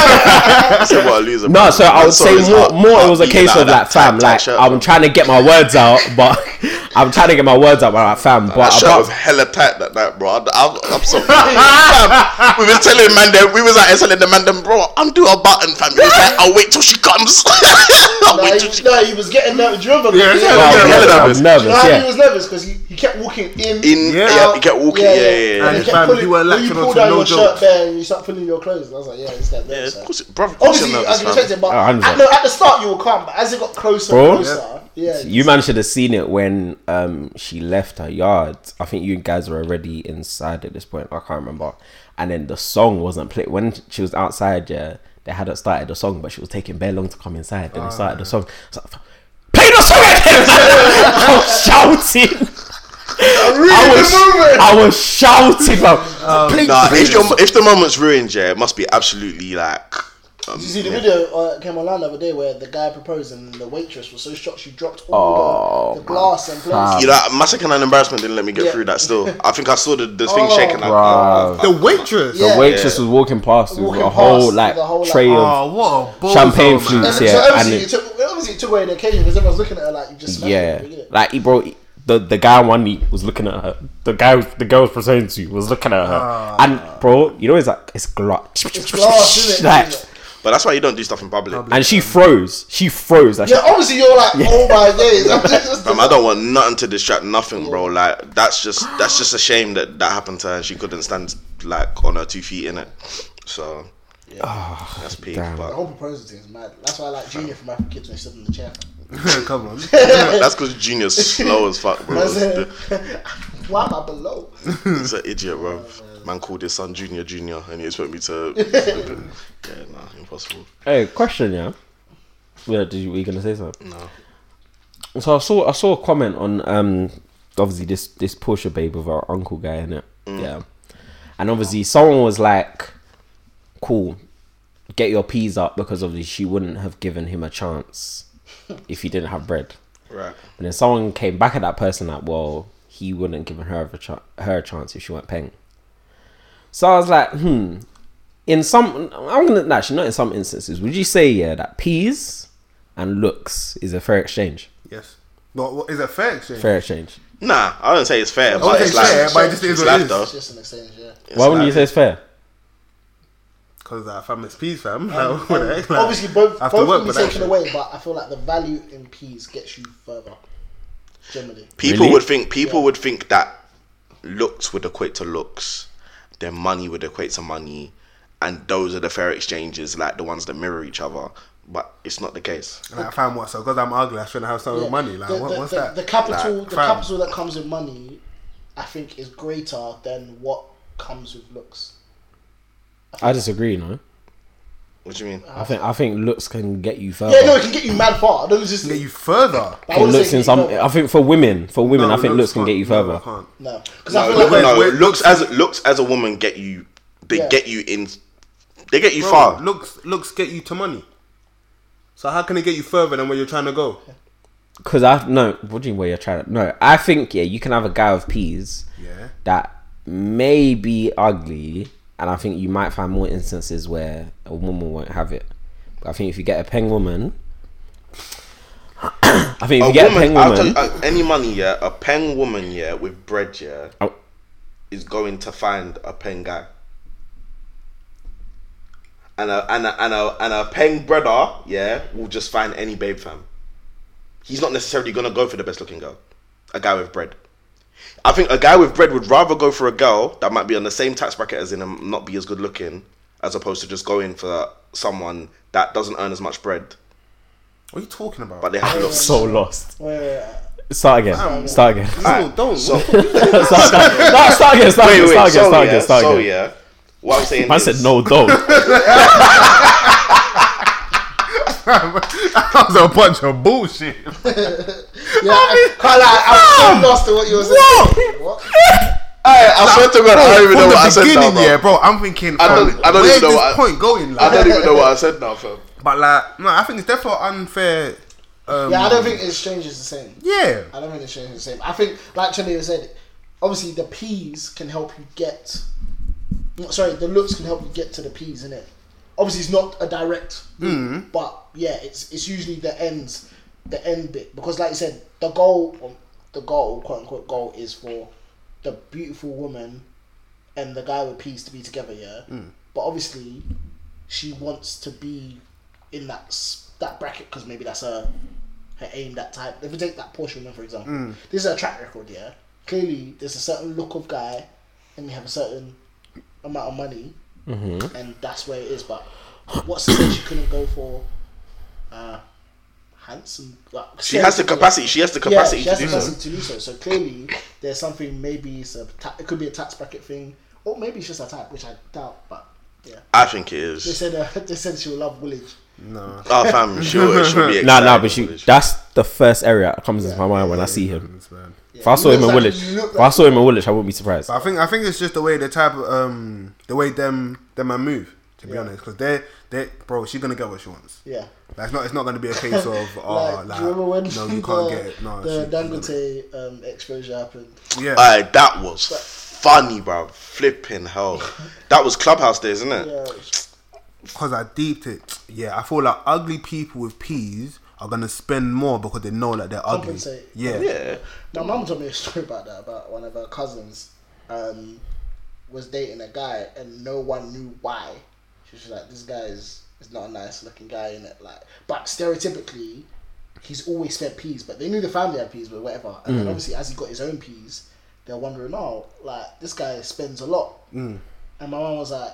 I said, what a loser. No, bro. so I Man would saw say his more, heart- more it was a heartbeat case like of that, like, fam, tight, tight like shirt, bro. I'm trying to get my words out, but [LAUGHS] I'm trying to get my words out, but like, fam, That but shirt about, was hella tight that night, bro. I, I, am [LAUGHS] so fam, we was telling man them, we was like telling the man them, bro. I'm doing a button, fam. He was like, I'll wait till she comes. [LAUGHS] I'll No, wait he, till she. no, he was getting nervous. Do you remember? Yeah, that? yeah, Bro, yeah, I'm yeah. nervous, nervous. I'm Do you know nervous, how he yeah. was nervous because he, he kept walking in. In, yeah, Yeah. he kept walking. Yeah, Yeah, yeah, yeah. yeah. And he yeah. kept fam, pulling, you were when you latching pull onto down no your jokes. shirt there and you start pulling your clothes. And I was like, yeah, it's that Yeah, nervous. of course, bro. Of course Obviously, you're as you nervous, fam. expected, but Oh, at, 100%. no, at the start you were calm, but as it got closer and Bro? closer, yeah, You man should have seen it when um she left her yard. I think you guys were already inside at this point. I can't remember. And then the song wasn't played when she was outside. Yeah, they hadn't started the song, but she was taking very long to come inside. Then they started Oh. the song. So, play the song again! [LAUGHS] I was shouting. I was, I was shouting. [LAUGHS] Bro. Um, play, Nah, [LAUGHS] play if, the your, if the moment's ruined, yeah, it must be absolutely like. Um, Did you see the yeah. video uh, came online the other day where the guy proposed and the waitress was so shocked she dropped all the, the glass and plates. You know, massacre and embarrassment didn't let me get Yeah. through that. [LAUGHS] Still, I think I saw the, the thing Oh. shaking. Like, oh. Bruv. The waitress. Yeah. The waitress was walking past with Walking a whole past like with a whole, like, tray of Oh, what a bozo, Champagne man. flutes. And Yeah, so obviously, and it took, obviously it took away the occasion because everyone's looking at her like you just smashed yeah, it, yeah. like he bro, he- the the guy one he was looking at her. The guy, was- the girl was presenting to was looking at her, and bro, you know it's like it's glutch, Ah. It's glass, isn't it? [LAUGHS] Like, but that's why you don't do stuff in public. and she froze. She froze. Like, Yeah, obviously you're like, oh my days. [LAUGHS] I'm just, Fam, um, I don't want nothing to distract nothing, bro. Like that's just that's just a shame that that happened to her. and She couldn't stand like on her two feet in it. So that's peak. damn. the But whole proposal thing is mad. That's why I like Junior from Africa Kids when he stood in [LAUGHS] the chair. Come on. [LAUGHS] that's because Junior's slow as fuck, bro. That's He's it. [LAUGHS] Why am I below? [LAUGHS] he's an idiot, bro. Man called his son Junior Junior, and he expect me [LAUGHS] to. yeah, nah, impossible. hey, question, yeah. Yeah, did you, were you gonna say something? No. So I saw I saw a comment on um obviously this this Porsche babe with our uncle guy in it. Yeah. And obviously someone was like, Cool, get your peas up because obviously she wouldn't have given him a chance if he didn't have bread. Right. And then someone came back at that person like, well, he wouldn't have given her a, cha- her a chance if she weren't paying. So I was like, hmm. In some, I'm gonna actually not in some instances. Would you say yeah that peas and looks is a fair exchange? Yes. But what is a fair exchange? Fair exchange. Nah, I don't say it's fair, I but wouldn't it's say like fair, but it just it's is life, what it though. It's just an exchange, [LAUGHS] yeah. Why wouldn't you say it's fair? Because uh, fam, it's peas, fam. [LAUGHS] Like, what the heck, like, Obviously, both I have both to work can for be that taken shit. away, but I feel like the value in peas gets you further. Generally, People Really? would think people would think that looks would equate to looks, their money would equate to money, and those are the fair exchanges, like the ones that mirror each other. But it's not the case. Like, fam, what? So because I'm ugly, I shouldn't have some Yeah. money. Like, the, what, the- what's the- that? The capital, Like, the fam. capital that comes with money, I think, is greater than what comes with looks. I disagree. No. What do you mean? I think I think looks can get you further. Yeah, no, it can get you mad far. No, it's just Get you further. I Or wouldn't say looks in get some. you further. I think for women, for women, I think looks can can't- get you no, further. can't. No, because I No, feel no, like wait, no, wait, looks as looks as a woman get you. They Yeah. get you in. They get you Bro, far. Looks looks get you to money. So how can it get you further than where you're trying to go? Because I no, what do you mean? Where you're trying to? No, I think yeah, you can have a guy with peas Yeah. that may be ugly, and I think you might find more instances where a woman won't have it. But I think if you get a peng woman, [COUGHS] I think if a you get a woman, peng I'll tell you, woman, uh, any money, yeah, a peng woman, yeah, with bread, yeah, Oh. is going to find a peng guy. And a, and a, and a, and a peng brother, yeah, will just find any babe fam. He's not necessarily going to go for the best looking girl. A guy with bread. I think a guy with bread would rather go for a girl that might be on the same tax bracket as him and not be as good looking, as opposed to just going for someone that doesn't earn as much bread, What are you talking about? but they have looks. so lost. wait, wait, wait. Start again. Start again. no, don't. So, [LAUGHS] No, start again. Start wait, again. wait, Start again. so Start yeah, again. Start so again. yeah. What I'm saying I is, said no, [LAUGHS] don't. [LAUGHS] that was a bunch of [LAUGHS] bullshit. Yeah, I [LAUGHS] can't lie, I'm so lost to what you were saying. What? I, I swear to God, I don't even know From what I the said now. beginning, bro. yeah, bro. I'm thinking, I don't- fam, I don't where's even know this what I- point going? I Like, don't even know what I said now, fam. but like, no, I think it's definitely unfair. Um, Yeah, I don't think exchange is the same. yeah. I don't think exchange is the same. I think, like Chandler said, obviously the P's can help you get. no, Sorry, the looks can help you get to the P's, innit? Obviously, it's not a direct, route, but yeah, it's it's usually the ends, the end bit because, like you said, the goal, um, the goal, quote unquote, goal is for the beautiful woman and the guy with peas to be together, yeah. But obviously, she wants to be in that s- that bracket because maybe that's her her aim that type. If we take that Porsche woman for example, Mm. this is her track record, yeah. Clearly, there's a certain look of guy, and you have a certain amount of money, Mm-hmm. and that's where it is. But what's the thing she couldn't go for? Uh, handsome. Like, She has the capacity. She has the capacity yeah, she to do has the so. capacity to do so. So clearly, there's something. Maybe it's a ta- it could be a tax bracket thing, or maybe it's just a type, which I doubt. But yeah, I think it they is. said uh, [LAUGHS] they said she'll love Woolwich. Oh, fam, sure, it should be. [LAUGHS] Nah, exciting, nah, but she, it should- that's the first area that comes into my mind when I see him. If I saw you him look in like- Woolwich, you look if I saw him in Woolwich, I wouldn't be surprised. But I think I think it's just the way the type of um the way them them man move. To be honest, because they they bro, she's gonna get what she wants. Yeah. Like, it's not it's not gonna be a case [LAUGHS] of oh like, Like, do you remember when no [LAUGHS] you can't the, get it. No, the she- Dangote um, exposure [LAUGHS] happened? yeah. Aye, that was funny, bro. Flipping hell. That was clubhouse days, isn't it? Yeah, because I deeped it. Yeah, I feel like ugly people with peas are gonna spend more because they know that they're ugly. Compensate. Yeah. Yeah. my mum told me a story about that. About one of her cousins um, was dating a guy, and no one knew why. She was like, "This guy is is not a nice looking guy, in it." Like, but stereotypically, he's always spent peas. But they knew the family had peas, but whatever. And then obviously, as he got his own peas, they're wondering, "Oh, like this guy spends a lot." And my mum was like,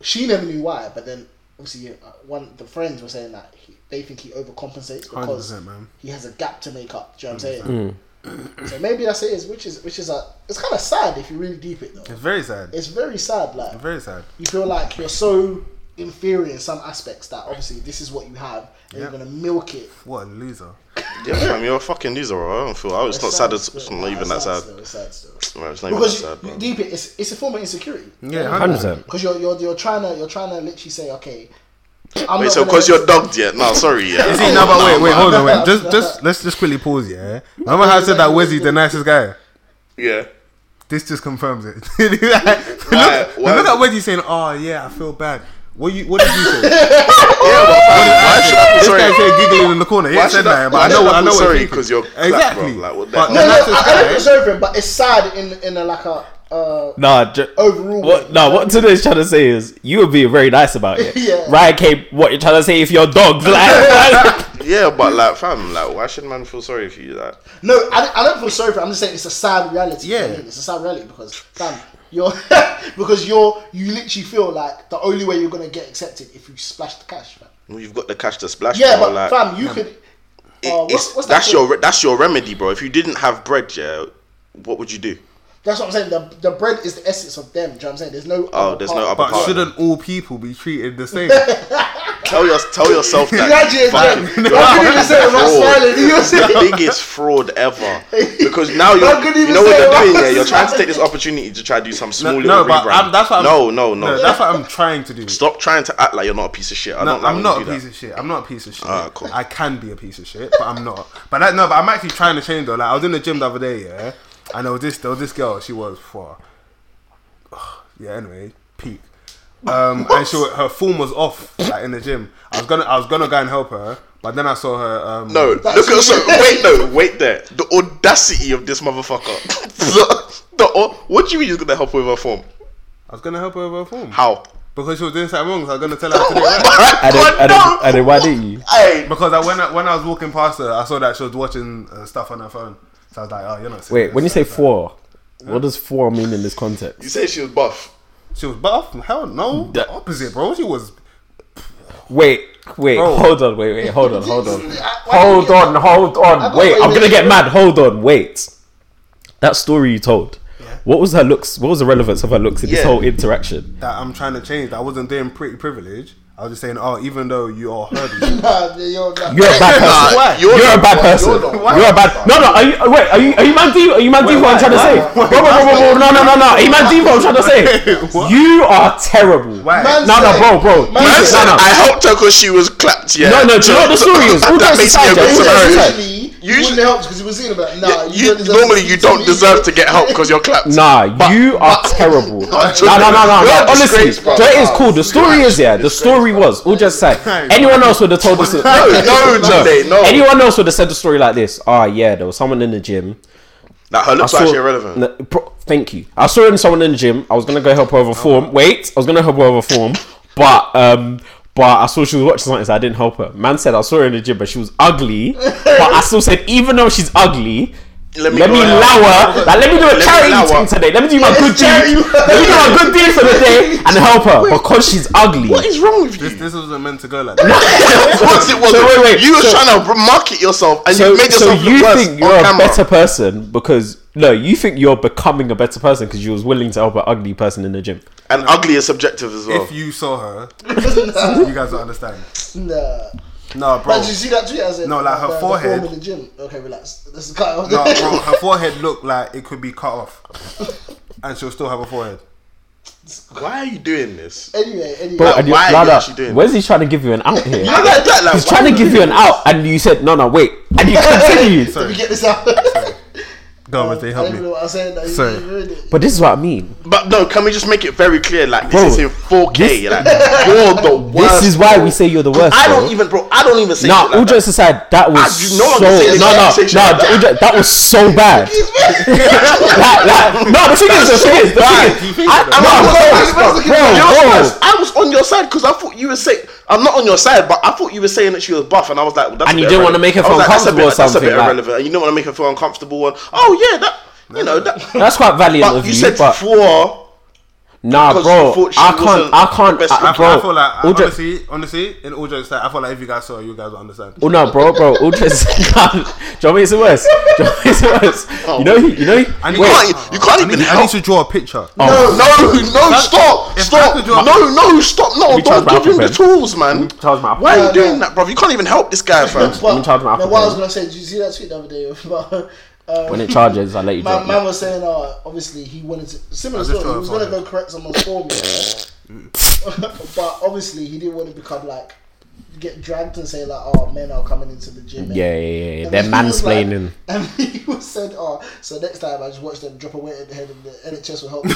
she never knew why, but then obviously uh, one the friends were saying that he, they think he overcompensates because 100%, man. he has a gap to make up. Do you know what I'm saying? So maybe that's it. Is which is which is a it's kind of sad if you really deep it though. It's very sad. It's very sad. Like very sad. you feel like you're so inferior in some aspects that obviously this is what you have and you're gonna milk it. What a loser. Yeah, fam, you're a fucking loser, bro. I don't feel. It's not sad. It's, it's still. not Nah, even it's that sad. Still, it's sad still. Bro, it's not even that Because you, sad, you bro. deep it, it's, it's a form of insecurity. Yeah, 100%. Because you're, you're you're trying to you're trying to literally say okay. I'm Wait, not so gonna- because you're dogged yet? No, sorry, [LAUGHS] yeah. See, no, but wait, wait, hold on, [LAUGHS] wait. Just, just, let's just quickly pause, yeah. Remember how I said that Wizzy's the nicest guy? Yeah. This just confirms it. [LAUGHS] look, look, why- look at Wizzy saying, "Oh yeah, I feel bad." What you, what did you say? [LAUGHS] Yeah, but fam, why should I be this sorry? guy said giggling in the corner. Yeah, Why he said should I- that, but why I know, should what- I I know feel what sorry you're 'cause you're thinking. black, bro? exactly. Like, what the but hell? No, the no, nicest I don't guy- think it's over him, but it's sad in in a, like a uh, Nah, ju- Overall, What, yeah. nah, what today's trying to say is you were being very nice about it. [LAUGHS] Yeah. Ryan came, what you're trying to say if your dog. [LAUGHS] [LAUGHS] Like, Yeah, but like, fam, like, why should man feel sorry for you? Like, no. I, don't- I don't feel sorry for. Him. I'm just saying it's a sad reality. you know what I Yeah. mean? it's a sad reality because fam, you're [LAUGHS] because you're you literally feel like the only way you're gonna get accepted if you splash the cash, fam. well, you've got the cash to splash. Yeah, bro, like, but fam, you could. Uh, it's, what's, what's that that's called? your re- that's your remedy, bro. If you didn't have bread, yeah, what would you do? That's what I'm saying. The, the bread is the essence of them. Do you know what I'm saying? There's no. Oh, there's no part. upper- But Pardon. shouldn't all people be treated the same? Tell your, tell yourself that. [LAUGHS] Imagine [LAUGHS] fam, that. you're a I couldn't even fucking say it without fraud. smiling. You know what I'm saying? the biggest fraud ever. Because now I couldn't you're, you even know say what it. you're doing. Yeah, you're trying to take this opportunity to try to do some small No, little no, but rebrand. I'm- that's what I'm- no, no, no. no, that's what I'm trying to do. Stop trying to act like you're not a piece of shit. I No, don't like I'm when not you a do piece that. of shit. I'm not a piece of shit. Ah, cool. I can be a piece of shit, but I'm not. But that, no, but I'm actually trying to change though. Like I was in the gym the other day, yeah, and there was this, there was this girl. She was for, yeah. Anyway, peak. Um, and she wa- her form was off like in the gym. I was gonna, I was gonna go and help her, but then I saw her. Um, No, look at so wait no wait there the audacity of this motherfucker. [LAUGHS] the, the au- what do you mean you're gonna help her with her form? I was gonna help her with her form How? because she was doing something wrong. So I was gonna tell her to do it [LAUGHS] right. And then, God, and then, no! and then why didn't you? Hey, Because I, when I, when I was walking past her, I saw that she was watching uh, stuff on her phone. So I was like, oh, you're not. Wait, serious. when you say four, what does four mean in this context? you say she was buff. She was buff? Hell no. That- The opposite, bro. She was. Wait, wait, Bro. hold on, wait, wait, [LAUGHS] hold on, [LAUGHS] hold on. Why Hold did you- on, hold on, thought wait, you I'm were gonna get just- mad, hold on, wait. That story you told, what was her looks, what was the relevance of her looks in this Yeah. whole interaction? That I'm trying to change. I wasn't doing pretty privilege. I was just saying, oh, even though you are [LAUGHS] hurdle. [LAUGHS] Nah, you're not. You're a [LAUGHS] bad person. Nah, you're, a the bad one- person. you're the one. You're a bad. No, no. Are you, wait, are you are you man deep? Are you man deep? What I'm trying to say? Bro, bro, bro, bro, bro, No, no, no, no. Are you man deep? What I'm trying to say? What? You are terrible. Why? Man No, no, said- bro, bro. Man Man said said- No, no. I helped her because she was clapped. Yeah. No, no, do you know what the So- story is? All that jokes makes me a aside, good yeah, all jokes scenario. aside. Usually, You you should- wouldn't help because he was seeing about. it. Nah, You, don't deserve normally to you be- don't deserve to get help because you're clapped. Nah, you are terrible. [LAUGHS] No, no, no, no, You're no. a Honestly, disgrace, bro. so it is cool. The story is yeah. The story was all just [LAUGHS] said. Anyone else would have told [LAUGHS] us. No, no, Jay, no. Anyone else would have said the story like this. Ah, yeah, there was someone in the gym. Nah, her looks I are saw- actually irrelevant. Oh, No, pro- thank you. I saw him someone in the gym. I was gonna go help her over form. Wait, I was gonna help her over form, but um, but I saw she was watching something, so I didn't help her. Man said I saw her in the gym, but she was [LAUGHS] ugly. but I still said even though she's ugly. Let Let me, me go out. lower. Like, let me do a me charity lower. thing today. Let me do my good charity deed. work. Let me do my good deed for the [LAUGHS] day and help her because she's ugly. What is wrong with you? this, this wasn't meant to go like that. of course it wasn't. So wait, wait, you were so- trying to market yourself and you made so yourself you look worse think you're on a camera. better person because no, you think you're becoming a better person because you was willing to help an ugly person in the gym. and ugly is subjective as well. if you saw her, you guys will understand. [LAUGHS] Nah. No, [LAUGHS] bro. But did you see that tweet? I said, No, like her the- the forehead. form in the gym. Okay, relax. This is cut off. No, bro. [LAUGHS] Her forehead looked like it could be cut off. And she'll still have a forehead. Why are you doing this? Anyway, anyway. Bro, Like, and you, why are you Lada, actually doing where's he trying to give you an out here? Not like that, like, He's why- trying to give you an out, and you said, no, no, wait. And you continued. Let me get this out. I Go, but [LAUGHS] they help don't even know me. what I said. That Sorry. You ruined it. But this is what I mean. But no, can we just make it very clear? Like this Bro, is in 4K. like you're the worst. [LAUGHS] This is why we say you're the worst. I bro. don't even, bro. I don't even say. Nah, shit all like jokes aside, that was do not so say no, no, this conversation no, like that. all jokes- that was so bad. Like- like- no, the thing is, the thing is, the thing is, I- I'm no, not bro, on your side. bro, You're bro. first. I was on your side because I thought you were saying. I'm not on your side, but I thought you were saying that she was buff, and I was like, well, that's And a you bit didn't irrelevant. wanna make her I was feel like, that's a bit- uncomfortable or something, That's a bit like- irrelevant, and you don't want to make her feel uncomfortable. And oh yeah, that you know that. [LAUGHS] That's quite valiant But of you you, said but four. nah, because you bro, thought she I wasn't can't, I the can't, best I, athlete. bro. I feel like, all all jo- honestly, honestly, in all jokes, like, I feel like if you guys saw her, you guys would understand. Oh no, bro, bro, Ultra's done. John makes it worse. John makes it worse. You know, he, you know, he, And you You wait, can't, you can't Oh, I even need, I help. need to draw a picture. No, no, no, stop, if I stop. could do a- No, no, stop. No, me don't charge my give him the Apple Pen. tools, man. charge my Apple Why are Pen. you doing that, bro? You can't even help this guy, [LAUGHS] fam. But, me charge my no, Apple what I Pay. was gonna say, did you see that tweet the other day [LAUGHS] about? Um, when it charges, I let you My drop. man it. was saying, uh, obviously he wanted to similar I just story. He thought Mm. was I gonna thought go correct someone's form, [LAUGHS] but obviously he didn't want to become like get dragged and say like, oh, men are coming into the gym. and- Yeah, yeah, yeah, yeah. and They're he was like- mansplaining. [LAUGHS] and he was said, oh, so next time I just watch them drop a weight in the head and the NHS will [LAUGHS] help. me."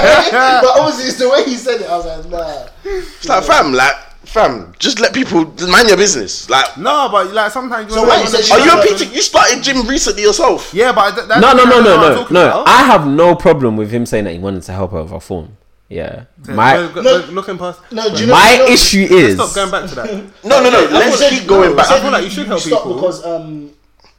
but obviously it's the way he said it. I was like, nah. It's like, fam, like, fam, just let people mind your business. Like, No, but like sometimes you So know- wait, so she- are you a PT? You started gym recently yourself. Yeah, but th- that's No, no, no, that's what I'm no, no, talking no. about. I have no problem with him saying that he wanted to help her with her form. Yeah, my Look- look- No. looking past. No, do you know my what- issue is Stop going back to [LAUGHS] that. No, no, no. I Let's said- keep going no, back. I said feel like you should help stopped people. because um,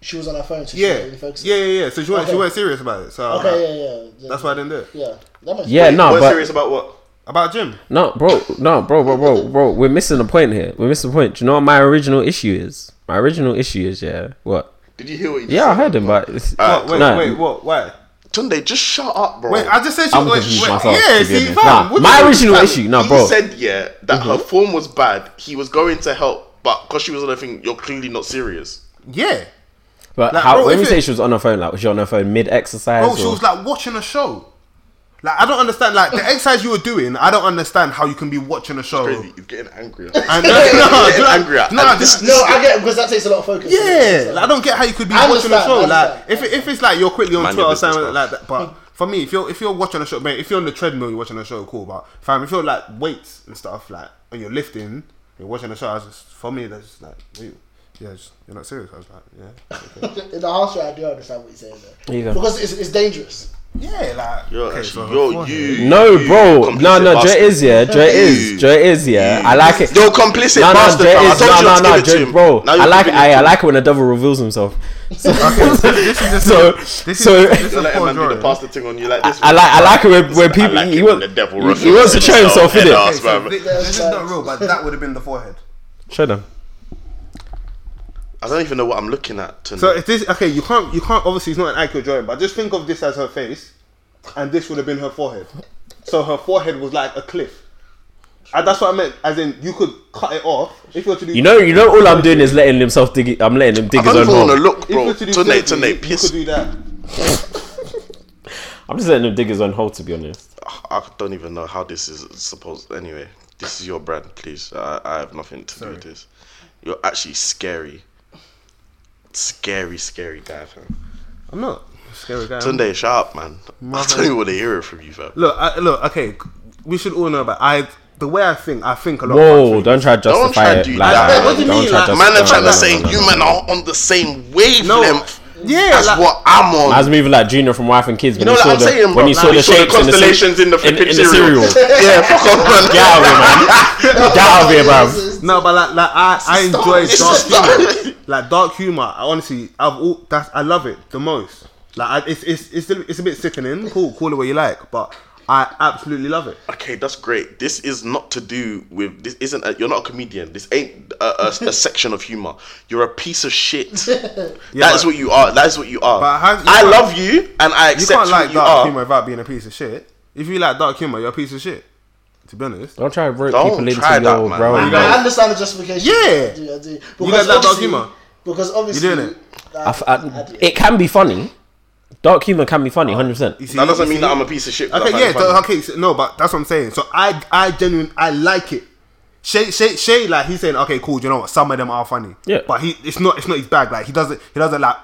she was on her phone, so she Yeah, didn't really focus. yeah, yeah, yeah. So she weren't, she Okay. weren't serious about it. So Okay, like, yeah, yeah, yeah. that's why I didn't do it. Yeah, that makes yeah, no, We're but serious about what? About Jim. no, bro, no, bro, bro, bro, bro. We're missing a point here. We're missing a point. Do you know what my original issue is? My original issue is yeah, what? Did you hear what? You Yeah, I said? heard him, but it's, What? Wait, no, wait, what? Why? Tunde, just shut up, bro. Wait, I just said she I'm wait, confused wait, myself. Yeah, to be see, honest. fam, Nah, what my the- original fam, issue, no, he bro. said yeah that her form was bad. He was going to help, but because she was on the thing, you're clearly not serious. Yeah, but like, how, bro, when if you say it- she was on her phone, like was she on her phone mid exercise? bro, Oh, she was like watching a show. Like I don't understand. Like the exercise you were doing, I don't understand how you can be watching a show. Crazy, he's getting angrier. [LAUGHS] And, no, no, getting no, angrier. No, And this- no, No, I get it because that takes a lot of focus. yeah. Like, I don't get how you could be I watching a understand, show. I Like if, understand. it, if it's like you're quickly on Mind your Twitter or business, something bro. like that. But for me, if you're if you're watching a show, mate, if you're on the treadmill, you're watching a show. Cool, but fam, if you're like weights and stuff, like and you're lifting, you're watching a show. I was just for me, that's just like, wait, yeah, just, you're not serious. I was like, yeah, okay. In the harsh way, I do understand what you're saying there. Either. Because it's, it's dangerous. yeah, like You're okay, actually, so you're beforehand- you. no, you bro, complicit no, no, Joe bastard. is yeah, Joe is, Joe is yeah. I like it. You're complicit No, no, bastard. Jay fam. I is, told no, you no, to no, give it Jay, to him. bro. Now you're I like, giving I, it I to him. like it when the devil reveals himself. So, This is [LAUGHS] just so, this is, so- this is Don't a let a poor man do the drawing. pastor thing on you like this. I like, I like it when, when people like he, it wants when the devil he- he reveals wants to show himself, himself, in yeah, it. no. so bruv. thi- this is not real, but that would have been the forehead. Show them. I don't even know what I'm looking at. Tunde. So if this okay, you can't you can't obviously it's not an accurate drawing, but just think of this as her face, and this would have been her forehead. So her forehead was like a cliff. And that's what I meant. As in, you could cut it off if you were to do. You know, you know, all I'm doing is letting himself dig. it- I'm letting him dig I his don't own even want to hole. look, if you bro. were to do Tunde, surgery, Tunde, you could piss. do that. I'm just letting him dig his own hole, to be honest. I don't even know how this is supposed. Anyway, this is your brand, please. I, I have nothing to do with this. You're actually scary, scary, scary guy, fam. I'm not a scary guy. Tunde, shut up, man. [LAUGHS] I don't even want to hear it from you, fam. Look, I, look, okay. We should all know about I. The way I think, I think a lot. Whoa! Don't try to Don't try justify to it. do like that. that. What do you Don't mean, try like- to Man are trying to say justify it. No, no, no, you no. man are on the same No, wavelength yeah, as like- what I'm on. I was moving like Junior from Wife and Kids when you know he what saw I'm the saying, bro? when he saw Like, the we shapes in the cere- constellations in the in, flipping in the cereal. [LAUGHS] yeah, fuck off, man. Get out of here, man. Get out of here, It's- bro. it's- No, but like, like I, I enjoy It's dark just dark. humor. like dark humor, I honestly, I've all that's I love it the most. Like I, it's it's it's a, it's a bit sickening. Cool, call it what you like, but I absolutely love it. Okay, that's great. This is not to do with this. Isn't a, you're not a comedian. This ain't a, a, a section of humor. You're a piece of shit. [LAUGHS] that but- is what you are. That is what you are. But how- you I can't- love you and I You accept can't like who you dark are. humor without being a piece of shit. If you like dark humor, you're a piece of shit. To be honest, Don't try to rope Don't people into try your that, man. bro. You I, guys- I understand the justification. Yeah. I do, I do. Because guys like dark obviously- humour? Because obviously, doing it? I, I- I- I do. it can be funny. Dark humor can be funny, hundred percent. That doesn't mean that I'm a piece of shit. 'cause I Okay, find yeah, it funny. so- okay, so, no, but that's what I'm saying. So I, I genuinely, I like it. Shay, Shay, Shay, like he's saying, okay, cool. Do you know what? Some of them are funny. Yeah. but he, it's not, it's not his bag. Like he doesn't, he doesn't like.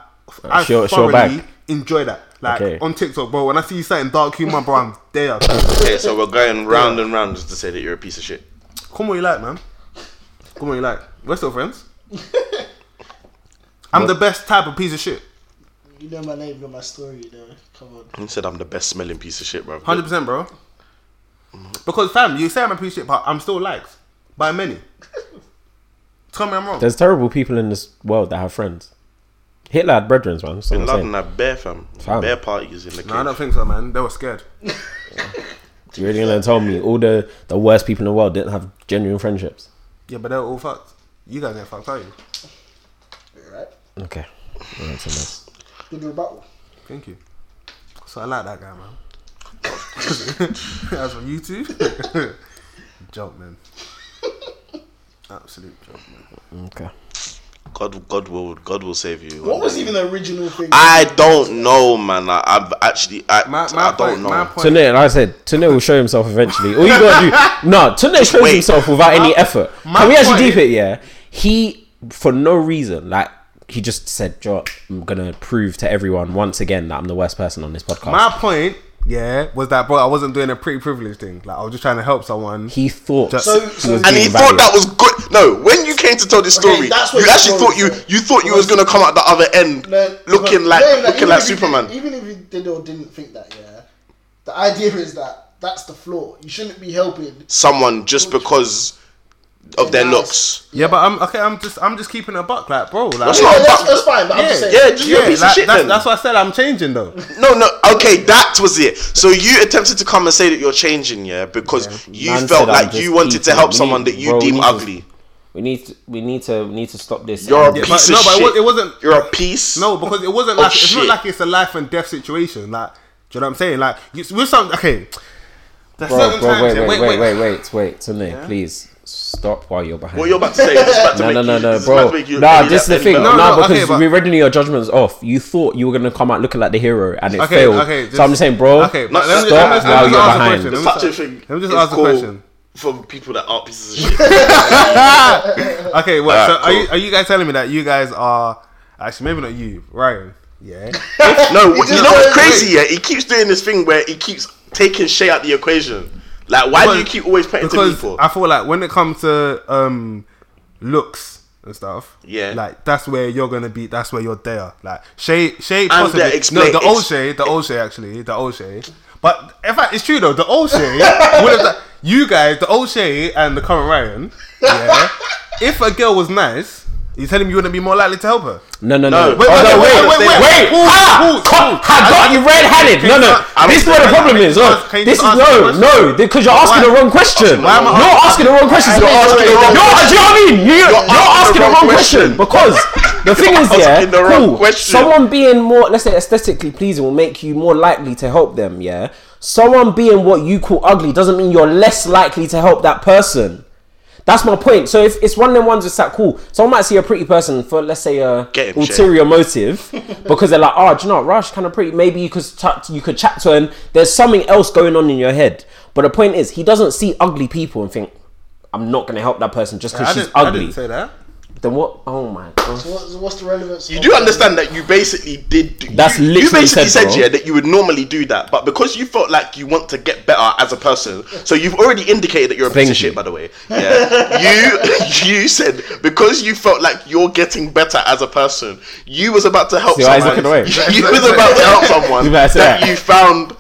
I it's your- it's your thoroughly bag. enjoy that. Like Okay. on TikTok, bro. When I see you saying dark humor, bro, I'm there. Okay, so we're going round and round just to say that you're a piece of shit. Come on, you like, man. Come on, you like. We're still [LAUGHS] friends. I'm the best type of piece of shit. You know my name, you know my story, you know. Come on. You said I'm the best smelling piece of shit, bro. Hundred percent, bro. Because fam, you say I'm a piece of shit, but I'm still liked by many. Tell me I'm wrong. There's terrible people in this world that have friends. Hitler had brethren, man. That's what In I'm London, saying. that bear fam, Fam. bear parties in the cage. No, I don't think so, man. They were scared. You're really gonna tell me all the, the worst people in the world didn't have genuine friendships? Yeah, but they were all fucked. You guys ain't fucked, are you? Right? Okay. All right, so nice. Good rebuttal. Thank you. So I like that guy, man. [LAUGHS] As for you two, [LAUGHS] joke, man. Absolute joke, man. Okay. God, God will, God will save you. What was even the original thing? I don't know, man. I, I've actually, I, My, I my don't point, know. my point. Tune, like I said, Tune will show himself eventually. All you [LAUGHS] gotta do, no, Tune shows wait. himself without any My- effort. my Can we actually point- deep it? Yeah, he for no reason, like he just said, "Do you know what? I'm gonna prove to everyone once again that I'm the worst person on this podcast. My point, yeah, was that bro, I wasn't doing a pretty privileged thing. Like I was just trying to help someone. he thought So- he so- was and he being thought valued. that was good. No, when you came to tell this Okay, story, that's you what the actually story thought you said. you thought you was gonna come out the other end No, looking no, like no, looking even like if you Superman. did- even if you did or didn't think that, yeah. The idea is that that's the flaw. You shouldn't be helping. Someone just because of their Nice. looks. Yeah, but I'm okay. I'm just, I'm just keeping it a buck, like bro. Like, That's Yeah, not that's, about- that's fine, but I'm just saying. yeah, just you're a piece of like, shit that's, then. that's what I said. I'm changing though. No, no. Okay, that was it. So you attempted to come and say that you're changing, yeah, because you Man felt said, "I'm like just you wanted to eating help meat, someone that you bro, deem we need to- ugly. We need to, we need to we need to stop this. You're a And- but- piece no, of but it shit. wa- it wasn't- You're a piece. No, because it wasn't Oh, like it's shit. not like it's a life and death situation. Like Do you know what I'm saying? Like, you, with some okay. There's Bro, certain bro, times- wait, yeah, wait, wait, wait, wait, wait. Tunde, please stop while you're behind. What you're about to say? Is about to no, make no, no, you, no, is about bro. to make you Nah, any this is the better- thing. any No, better. No, no, because okay, but- we're already your judgments off. You thought you were gonna come out looking like the hero, and it Okay, failed. okay, so I'm just just- saying, bro, okay, but let stop me- let me- let me while just you're ask a behind. question. The Let me touching just- thing. let me just is ask a cool question. From people that are [LAUGHS] pieces of shit. Okay, what? Alright, so are you cool. are you guys telling me that you guys are actually maybe not you, Ryan? Yeah. No, what- you just know said what's it. crazy? Yeah, he keeps doing this thing where he keeps taking Shay out the equation. Like, why do you keep always putting to me because for? I feel like when it comes to um looks and stuff, Yeah. like that's where you're gonna be. That's where you're there. Like Shay, Shay, I'm possibly there, explain- no, the old ex- Shay, the old Shay, actually, the old Shay. But in fact, it's true though. The old [LAUGHS] Shay, would have, you guys, the old Shay and the current Ryan. [LAUGHS] Yeah, if a girl was nice, you telling me you wouldn't be more likely to help her. No, no, No, no. oh, wait, wait, no, wait, wait, wait, wait. wait. Ah, Pause, pause, co- pause. I got you red-handed. No, no. I- This is where the problem is. Can you Oh, just this is ask the no, question? no. Because you're asking the Why- wrong question. You're Why am I asking the wrong question. You're You're asking asking the the wrong wrong question. Do you know what I mean? You- You're asking the wrong question question. because the thing is, asking yeah, the wrong cool. question. Someone being more, let's say, aesthetically pleasing will make you more likely to help them. Yeah. Someone being what you call ugly doesn't mean you're less likely to help that person. That's my point. So if it's one of them ones that's that cool, someone might see a pretty person for let's say a Get him, [LAUGHS] ulterior motive because they're like, oh, do you know, what, Rush kind of pretty. Maybe you could chat, you could chat to her, and there's something else going on in your head. But the point is, he doesn't see ugly people and think, I'm not going to help that person just because I she's didn't, I ugly. didn't say that. Then what? Oh my god. What, what's the relevance? You do understand that you basically did. do- That's you, literally you basically said, said, bro. yeah, that you would normally do that, but because you felt like you want to get better as a person, so you've already indicated that you're a Thank piece of you. shit. By the way, yeah, you [LAUGHS] you said because you felt like you're getting better as a person, you was about to help See why he's someone. looking [LAUGHS] away? You was about to help someone [LAUGHS] You better that, say that. you found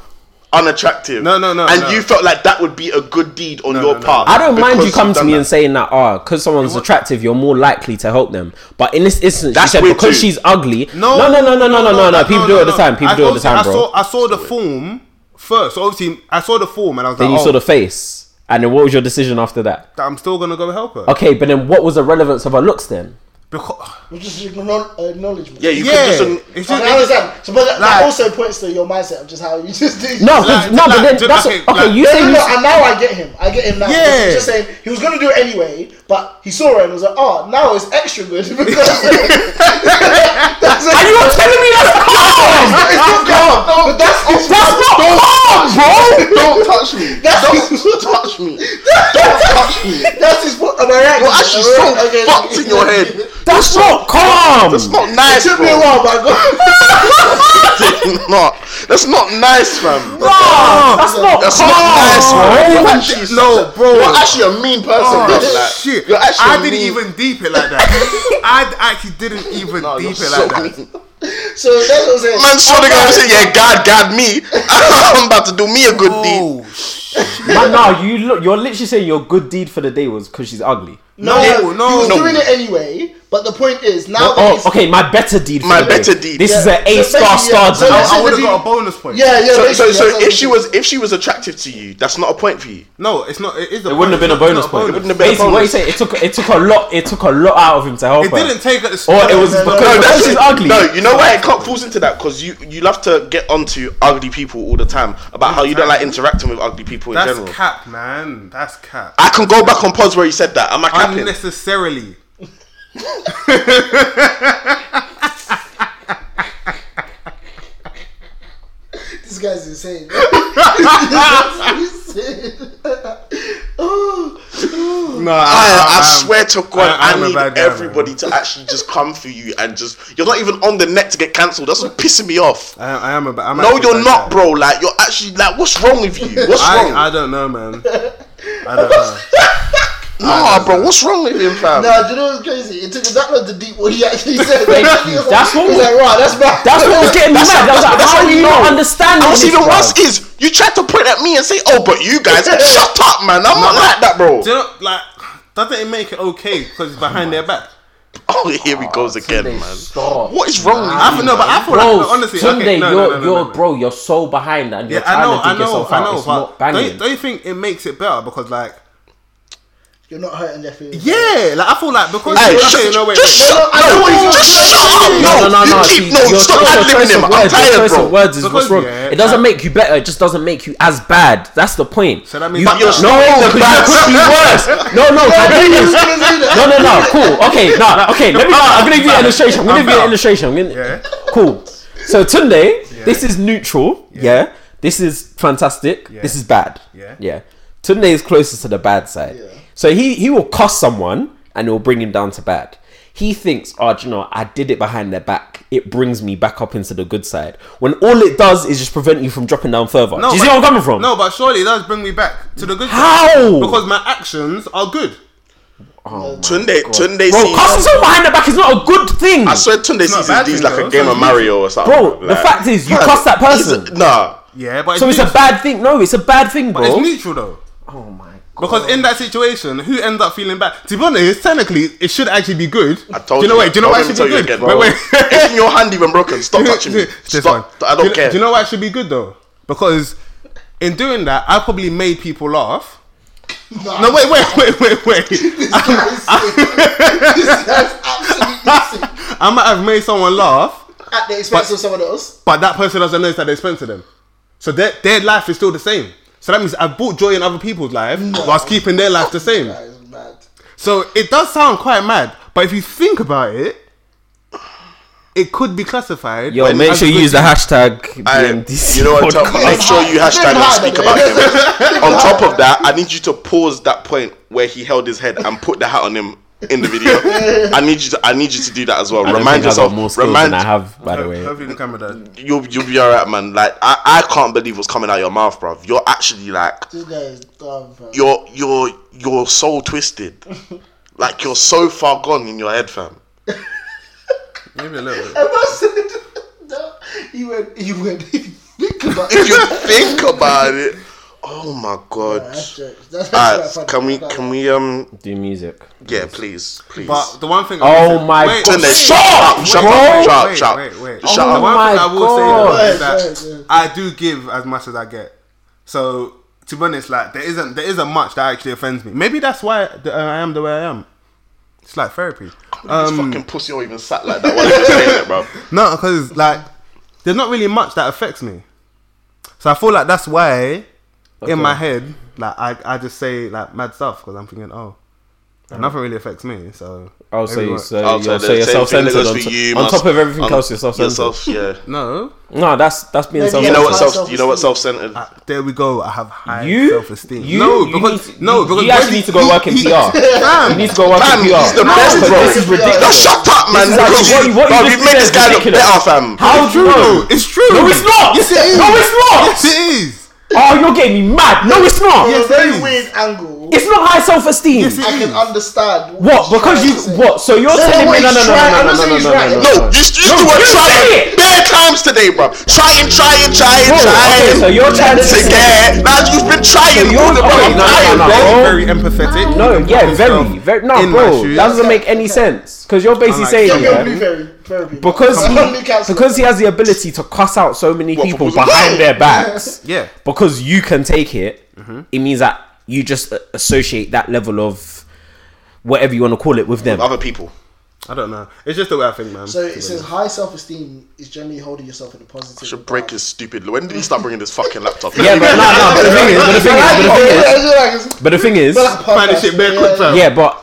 unattractive. No, no, no, and no. you felt like that would be a good deed on your no, no. part. I don't mind because you coming you've to done me that. and saying that, ah, because someone's attractive, you're more likely to help them. But in this instance, That's you said weird because too. she's ugly. No, no, no, no, no, no, no, no. that- People do it all the no. time. People I do it all the obviously- time, I bro. saw, I saw the form first. So obviously, I saw the form and I was then like, you oh, saw the face, and then what was your decision after that? I'm still gonna go help her. Okay, but then what was the relevance of her looks then? Because, We're just igno- uh, acknowledgement. yeah, you yeah, could it's just- just. Oh, I, mean, I understand. So, but that, that Like- also points to your mindset of just how you [LAUGHS] just do. No, no, 'cause- Like, no, but like, then just- that's okay, okay. like- you no, saying no, and now I get him. I get him now. Yeah. He's just saying he was gonna do it anyway, but he saw it and was like, "Oh, now it's extra good." [LAUGHS] Because [LAUGHS] that's Are you not telling me that's calm? It's not calm, but that's it's That's not calm, bro. Don't touch me. That's- Don't [LAUGHS] touch me. Don't touch me. That's his point. Am I right? You're actually so fucked in your head. That's not calm. That's not It nice. took me a bro. while, but I got. [LAUGHS] [LAUGHS] It's not. That's not nice, fam. Ah, That's not That's calm. not nice, man. You're actually such no, a- bro. You're actually a mean person, Oh, bro. Like, shit. You're actually I a didn't mean- even deep it [LAUGHS] like that. I actually didn't even No, deep you're it so like that. mean. So that's what I'm saying. Man, so they gonna say, yeah, God, God, me. [LAUGHS] I'm about to do me a good Oh, deed. shit. Man, no, you look. You're literally saying your good deed for the day was because she's ugly. No, No, no, no, he was no. doing it anyway. But the point is now. that Oh, he's- okay. My better deed. For My the day. better deed. This Yeah. is an A star So basically, yeah. star So deed. let's I, say would that have got he- a bonus point. Yeah, yeah. So, so, basically, that's so what I'm if she saying. was if she was attractive to you, that's not a point for you. No, it's not. It, is a It wouldn't have been a It's not bonus point. It wouldn't have been a Basically, what you bonus. say? It took it took a lot. It took a lot out of him to help It her. didn't take us. Or it was No, because, no, no. No, because that's she's ugly. No, you know why it can't falls into that because you you love to get onto ugly people all the time about how you don't like interacting with ugly people in That's general. cap, man. That's cap. I can go back on pods where you said that. Am I capping? Unnecessarily. This [LAUGHS] guy's insane. This guy's insane. Oh, No, I, I swear to God, I- I I, am a need bad guy, everybody man. to actually just come for you and just. You're not even on the net to get cancelled. That's what's pissing me off. I, I am a. ba- I'm No, actually a you're bad not, guy. bro. Like, you're actually. Like, what's wrong with you? What's I, wrong? I don't know, man. I don't [LAUGHS] know. nah, bro. What's wrong with him, fam? Nah, do you know what's crazy? It took us that long to deep what he actually said. Like, [LAUGHS] he was That's like, what- he was like, right, that's bad. That's what was getting me That's mad. how- I was like, that's how how are we you not know. understanding And what's this, even bruv? worse is you tried to point at me and say, "Oh, but you [LAUGHS] guys, shut up, man! I'm not like that, bro." Do you know, like, doesn't it make it okay because it's behind their back? Oh, [LAUGHS] here he goes again, man. Stop. What is wrong I with feel, you? no, but I feel Bro, like, honestly, Tunde, okay, no, you're, no, no, no, you're no. bro, you're so behind that and you're Yeah, I trying know, to dig I know, yourself I out. know, it's not but banging. don't, don't you think it makes it better because, like, you're not hurting their feelings. Yeah, like I feel like because Hey, okay, shut, no, wait, just wait. shut up. No, No, just shut up. No, no, no, no, no, no, you no. keep- see, no, your stop choice- your ad-libbing choice him. of I'm words- your tired, choice of bro. Words is Because, what's wrong. yeah, it doesn't I- make you better. It just doesn't make you as bad. That's the point. So that means You- But you're no, still because bad. you could be worse. [LAUGHS] No, no, continues. No, no, no. Cool. Okay, no, no, okay. Let me. I'm gonna give you an illustration. I'm gonna give you an better. illustration. I'm gonna- Yeah. Cool. So Tunde, this is neutral. Yeah. This is fantastic. This is bad. Yeah. Yeah. Tunde is closer to the bad side. Yeah. So he he will cost someone and it will bring him down to bad. He thinks, oh, do you know, I did it behind their back. It brings me back up into the good side. When all it does is just prevent you from dropping down further. No, do you see but- where I'm coming from? No, but surely it does bring me back to the good. side. How? Because my actions are good. Tunde, Tunde Bro, sees. costing someone behind their back is not a good thing. uh, I swear, Tunde not sees bad his D's thing, like though. a game of Mario or something. Bro, the like- fact is, you Fam, cost that he's- person. Nah, Yeah, but So it's a neutral. bad thing. No, it's a bad thing, bro. It's neutral though. oh my god. Because in that situation, who ends up feeling bad? To be honest, technically, it should actually be good. I told do you know you. why? Do you know why it Don't should let be me good? tell you again, wait, bro. wait. It's in your hand even broken. [LAUGHS] Stop touching me. [LAUGHS] This Stop. one. I do, don't you- care. Do you know why it should be good though? Because in doing that, I probably made people laugh. No, wait, wait, wait, wait, wait. That's absolutely sick. I might have made someone laugh, At the expense But- of someone else. but that person doesn't know it's at the expense of them. So their, their life is still the same. So that means I've brought joy in other people's life whilst keeping their life the same. That is mad. So it does sound quite mad, but if you think about it, it could be classified. Yo, as- make as sure you good- use the hashtag I, BMDC you know what? Tell, podcast. make sure you It's hashtag been and hard, speak isn't about it? [LAUGHS] him. on top of that, I need you to pause that point where he held his head and put the hat on him in the [LAUGHS] video. I need you. To, I need you to do that as well. I don't Remind think I've got yourself. more skills Remind. than I have, by the way. Hopefully the camera does. You'll you'll be alright, man. Like I, I can't believe what's coming out your mouth, bruv. You're actually like This guy is dumb, bro. you're you're you're so [LAUGHS] twisted. Like you're so far gone in your head, fam. Maybe a little [LAUGHS] bit. And I said, [LAUGHS] no, he went, he went, [LAUGHS] if you think about If [LAUGHS] it. [LAUGHS] you think about it, oh my god. That's jokes. That's Alright, actually quite funny. can we can we um Do music. yeah please please. But the one thing. I will Oh say- my wait, god. Tunde, wait, shut up, shut up, Bro. shut up, Wait, shut up. wait, wait. Shut Oh The up. one thing I my will say God. though, Wait, is wait, that wait. I do give as much as I get. So to be honest, like there isn't there isn't much that actually offends me. Maybe that's why the, uh, I am the way I am. It's like therapy. This fucking pussy or even sat like that while you were saying it, bro. No, because like there's not really much that affects me. So I feel like that's why in my head, like I, I just say like mad stuff because I'm thinking, oh, nothing really affects me. So Oh, so, you, everyone- so, I'll you're, tell so the same you're thing that self-centered goes on, for you, on must- top of everything on else. You're self-centered. yourself, yeah. no, No, that's that's being Maybe self. You know what High self you know what self-esteem. self centered there we go. I have high You, self-esteem. you, no, you because need to- no, you- because you actually need to go work in [LAUGHS] PR. You Damn, need to go work Fam, in PR. he's the best, because bro. This is No, ridiculous. shut up, man. This is actually- Because you- what- what bro, you you've made just said this is guy look ridiculous. better, fam. How do you no, know? it's true. No, it's not. Yes, it is. No, it's not. Yes, it is. Oh, you're getting me mad. No, it's not. From a Yes, very please. weird angle, It's not high self-esteem. Yes, it I can is. understand. What? he's Because trying you to say. what? So you're No, no, telling me wait, no no no try- no no I'm not no saying no he's no right. no No, you you No, two were you said trying it. bare times today, bro. Trying, trying, trying, Bro, trying. okay, so you're trying to to get. Now you've been trying you're- all the okay, time. I'm no, no, no, tired, no. bro. Oh. very empathetic. No, You yeah, put very, yourself very. No, in my bro, shoes. that doesn't make any sense. Because you're basically Unlike Yeah, saying you. yeah, yeah, be very, very people. because I'm only he, counselling. because he has the ability to cuss out so many What, people because- behind their [LAUGHS] backs. Yeah. Because you can take it, Mm-hmm. it means that you just uh, associate that level of whatever you want to call it with them. Other people. I don't know. It's just the way I think, man. So it says high self esteem is generally holding yourself in a positive. Should break his stupid. When did he start bringing this fucking laptop? Yeah, [LAUGHS] but no, no. But the thing is, but the thing is, but the thing is, but the thing is, Find this shit bare quick, fam. yeah, but.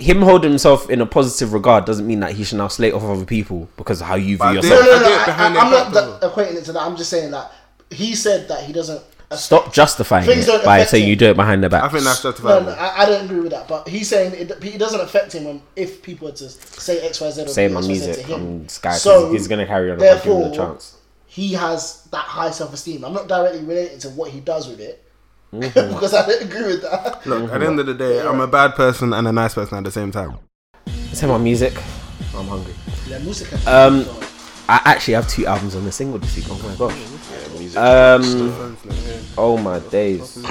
Him holding himself in a positive regard doesn't mean that he should now slate off other people because of how you view But yourself. No, no, I no. do it I, behind I, I'm their not back that, equating it to that. I'm just saying that he said that he doesn't. Stop justifying Things it don't by affect saying him. you do it behind their back. I think that's just No, about no, it. I, I don't agree with that. But he's saying it, it doesn't affect him when, if people were to say X, Y, Z or Say do my X, Y, Z to music him. on Sky. 'cause So, he's gonna carry on. if I give him the therefore, chance. He has that high self esteem. I'm not directly related to what he does with it Mm-hmm. [LAUGHS] because I don't agree with that. Look, at the end of the day, I'm a bad person and a nice person at the same time. Say my music. I'm hungry. La musica. Um, I actually have two albums on the single this week. Oh my gosh. Um, oh my days.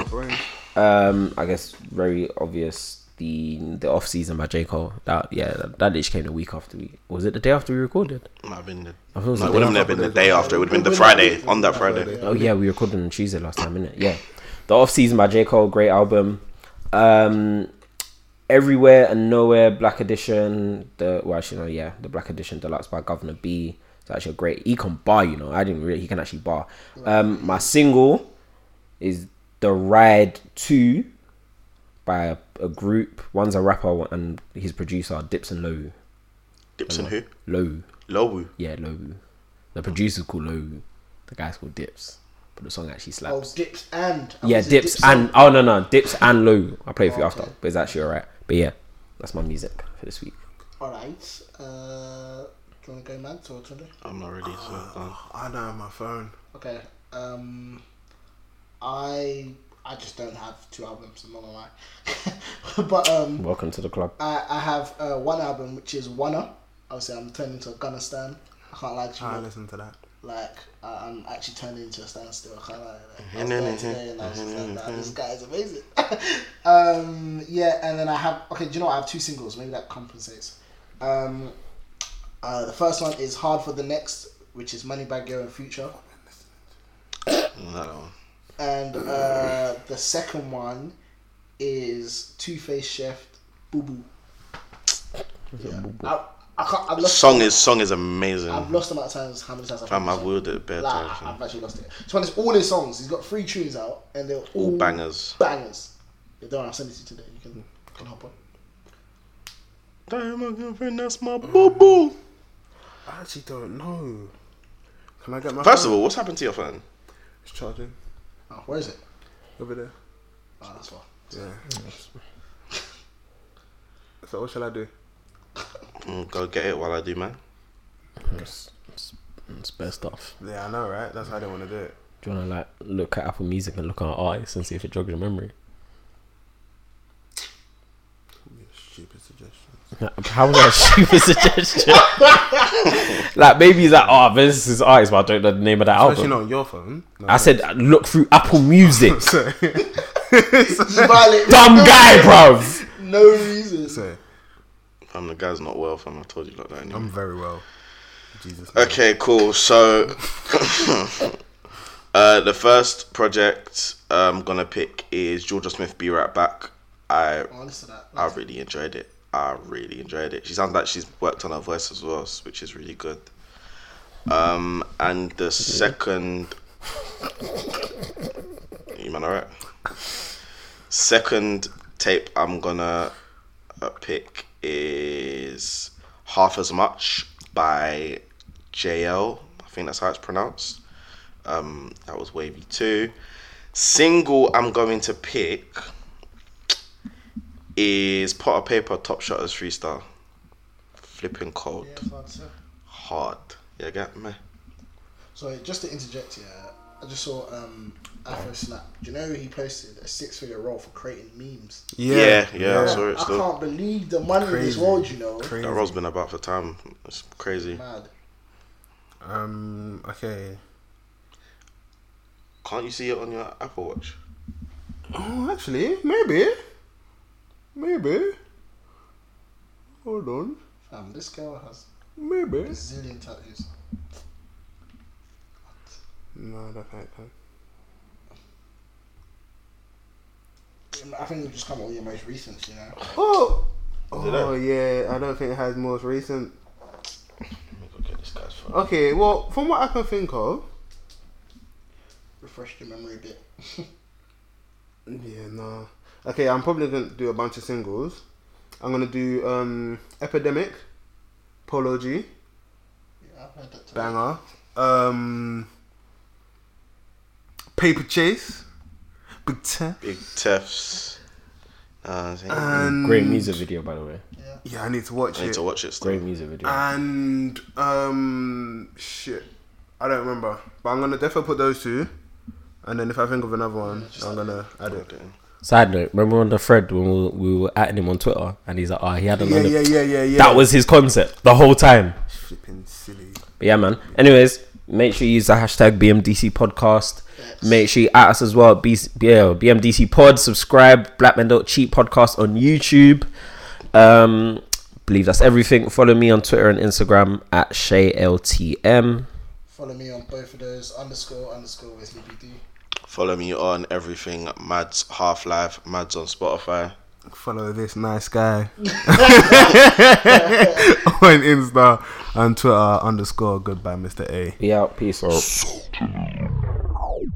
Um, I guess very obvious the the off season by J Cole. That yeah, that, that literally came the week after we. Was it the day after we recorded? Might have been the- I thought it was No, the it day would have been the day after. It would have been the Friday on that Friday. Oh yeah, we recorded on Tuesday last time, innit? Yeah. The Off Season by J. Cole, great album. Um Everywhere and Nowhere, Black Edition, the well actually no, yeah, the Black Edition Deluxe by Governor B. It's actually a great he can bar, you know. I didn't really he can actually bar. Um my single is The Ride 2 by a, a group. One's a rapper one- and his producer are Dips and Low. Dipson who? Low. Lowu. Yeah, Low. The producer's called Low. The guy's called Dips. But the song actually slaps. Oh, dips and oh, Yeah, is it dips, Oh, and oh no no dips and Lou. I'll play it for you after, okay. but it's actually alright. But yeah, that's my music for this week. all right. Uh, do you want to go mad or Tunde? I'm not ready. So um, I know on my phone. Okay. Um, I I just don't have two albums. I'm not gonna lie, [LAUGHS] but um, Welcome to the club. I, I have uh, one album which is Wanna. Obviously, I'm turning into Afghanistan. I can't lie to you. I man. listen to that. Like I- I'm actually turning into a standstill. I can't lie. Like, I was Mhm. there today and I was just like, nah, this guy is amazing. [LAUGHS] um, yeah, and then I have okay. Do you know what? I have two singles? Maybe that compensates. Um, uh, the first one is Hard for the Next, which is Moneybag Yo and Future. not that one. And uh, the second one is Two Face Chef Boo Boo. Yeah. I, I can't, I've, lost, Song is song is amazing. I've lost amount of times how many times I've Fam, heard I've this wheeled it bare song. like, times. I- I've man. actually lost it. To be honest, all his songs, he's got three tunes out and they're all, All bangers. bangers. They don't I'll send it to you today. You can, you can hop on. Damn, my girlfriend, that's my boo boo. I actually don't know. Can I get my First of phone? all, what's happened to your phone? It's charging Oh, where is it? over there. Oh, that's far. [LAUGHS] Yeah. so what shall I do? Mm, go get it while I do, man. It's, it's, it's best stuff. Yeah, I know, right? That's how I don't want to do it. Do you wanna like look at Apple Music and look at artists and see if it jogs your memory? Stupid suggestion. How was that [LAUGHS] a stupid suggestion? [LAUGHS] like maybe he's like, oh, this is artist, but I don't know the name of that Especially album. not [LAUGHS] on your phone. No. I said look through Apple Music. [LAUGHS] so, You [LAUGHS] violate- Dumb guy, bruv. No reason. so Um, the guy's not well, fam. I told you like that. Anyway. I'm very well. Jesus. Okay, cool. So, [COUGHS] uh, the first project I'm gonna pick is Georgia Smith. Be right back. I Oh, listen to that. I really enjoyed it. I really enjoyed it. She sounds like she's worked on her voice as well, s- which is really good. Um, and the second, you man, alright. Second tape I'm gonna uh, pick is half as much by JL. I think that's how it's pronounced. Um, that was wavy two. Single I'm going to pick is Pot of Paper Top Shotters Freestyle. Flipping cold. Yeah, it's hard to say. Hard. You get me? Sorry, just to interject here, I just saw um, Afro Snap. Do you know he posted a six-figure role for creating memes? Yeah, yeah, I saw it I still. can't believe the money in this Crazy. world. You know, Crazy. That role's been about for time. It's crazy. mad. Um. Okay. Can't you see it on your Apple Watch? Oh, actually, maybe. Maybe. Hold on. Fam, this girl has Maybe. a zillion tattoos. No, I don't think so. I think you just come up with your most recent. You know, Oh. it Oh yeah, I don't think it has most recent. Let me go get this guy's phone. Okay, well, from what I can think of, refresh your memory a bit. yeah, no. Okay, I'm probably gonna do a bunch of singles. I'm gonna do um Epidemic, Polo G, Yeah, I've heard that. Too. banger, um, Paper Chase, Big Ten, Big Tefs. Uh, I think- and Great music video, by the way. Yeah. Yeah, I need to watch I need it. to watch it still. Great music video. And um, shit, I don't remember, but I'm gonna definitely put those two. And then if I think of another one, I'm gonna add it. Okay. Side note: Remember on the thread when we were, we were at him on Twitter, and he's like, oh, he had Yeah, another. yeah, yeah, yeah, yeah. That was his concept the whole time. flipping silly. But yeah, man. Anyways, make sure you use the hashtag BMDC podcast. Make sure you at us as well. B- yeah, BMDC pod. Subscribe. Black Men Don't Cheat podcast on YouTube. Um, believe that's everything. Follow me on Twitter and Instagram at ShayLTM. Follow me on both of those underscore underscore with BBD. Follow me on everything Mads Half Life, Mads on Spotify. follow this nice [LAUGHS] guy on Insta and Twitter underscore goodbye Mr. A. Yeah, peace out.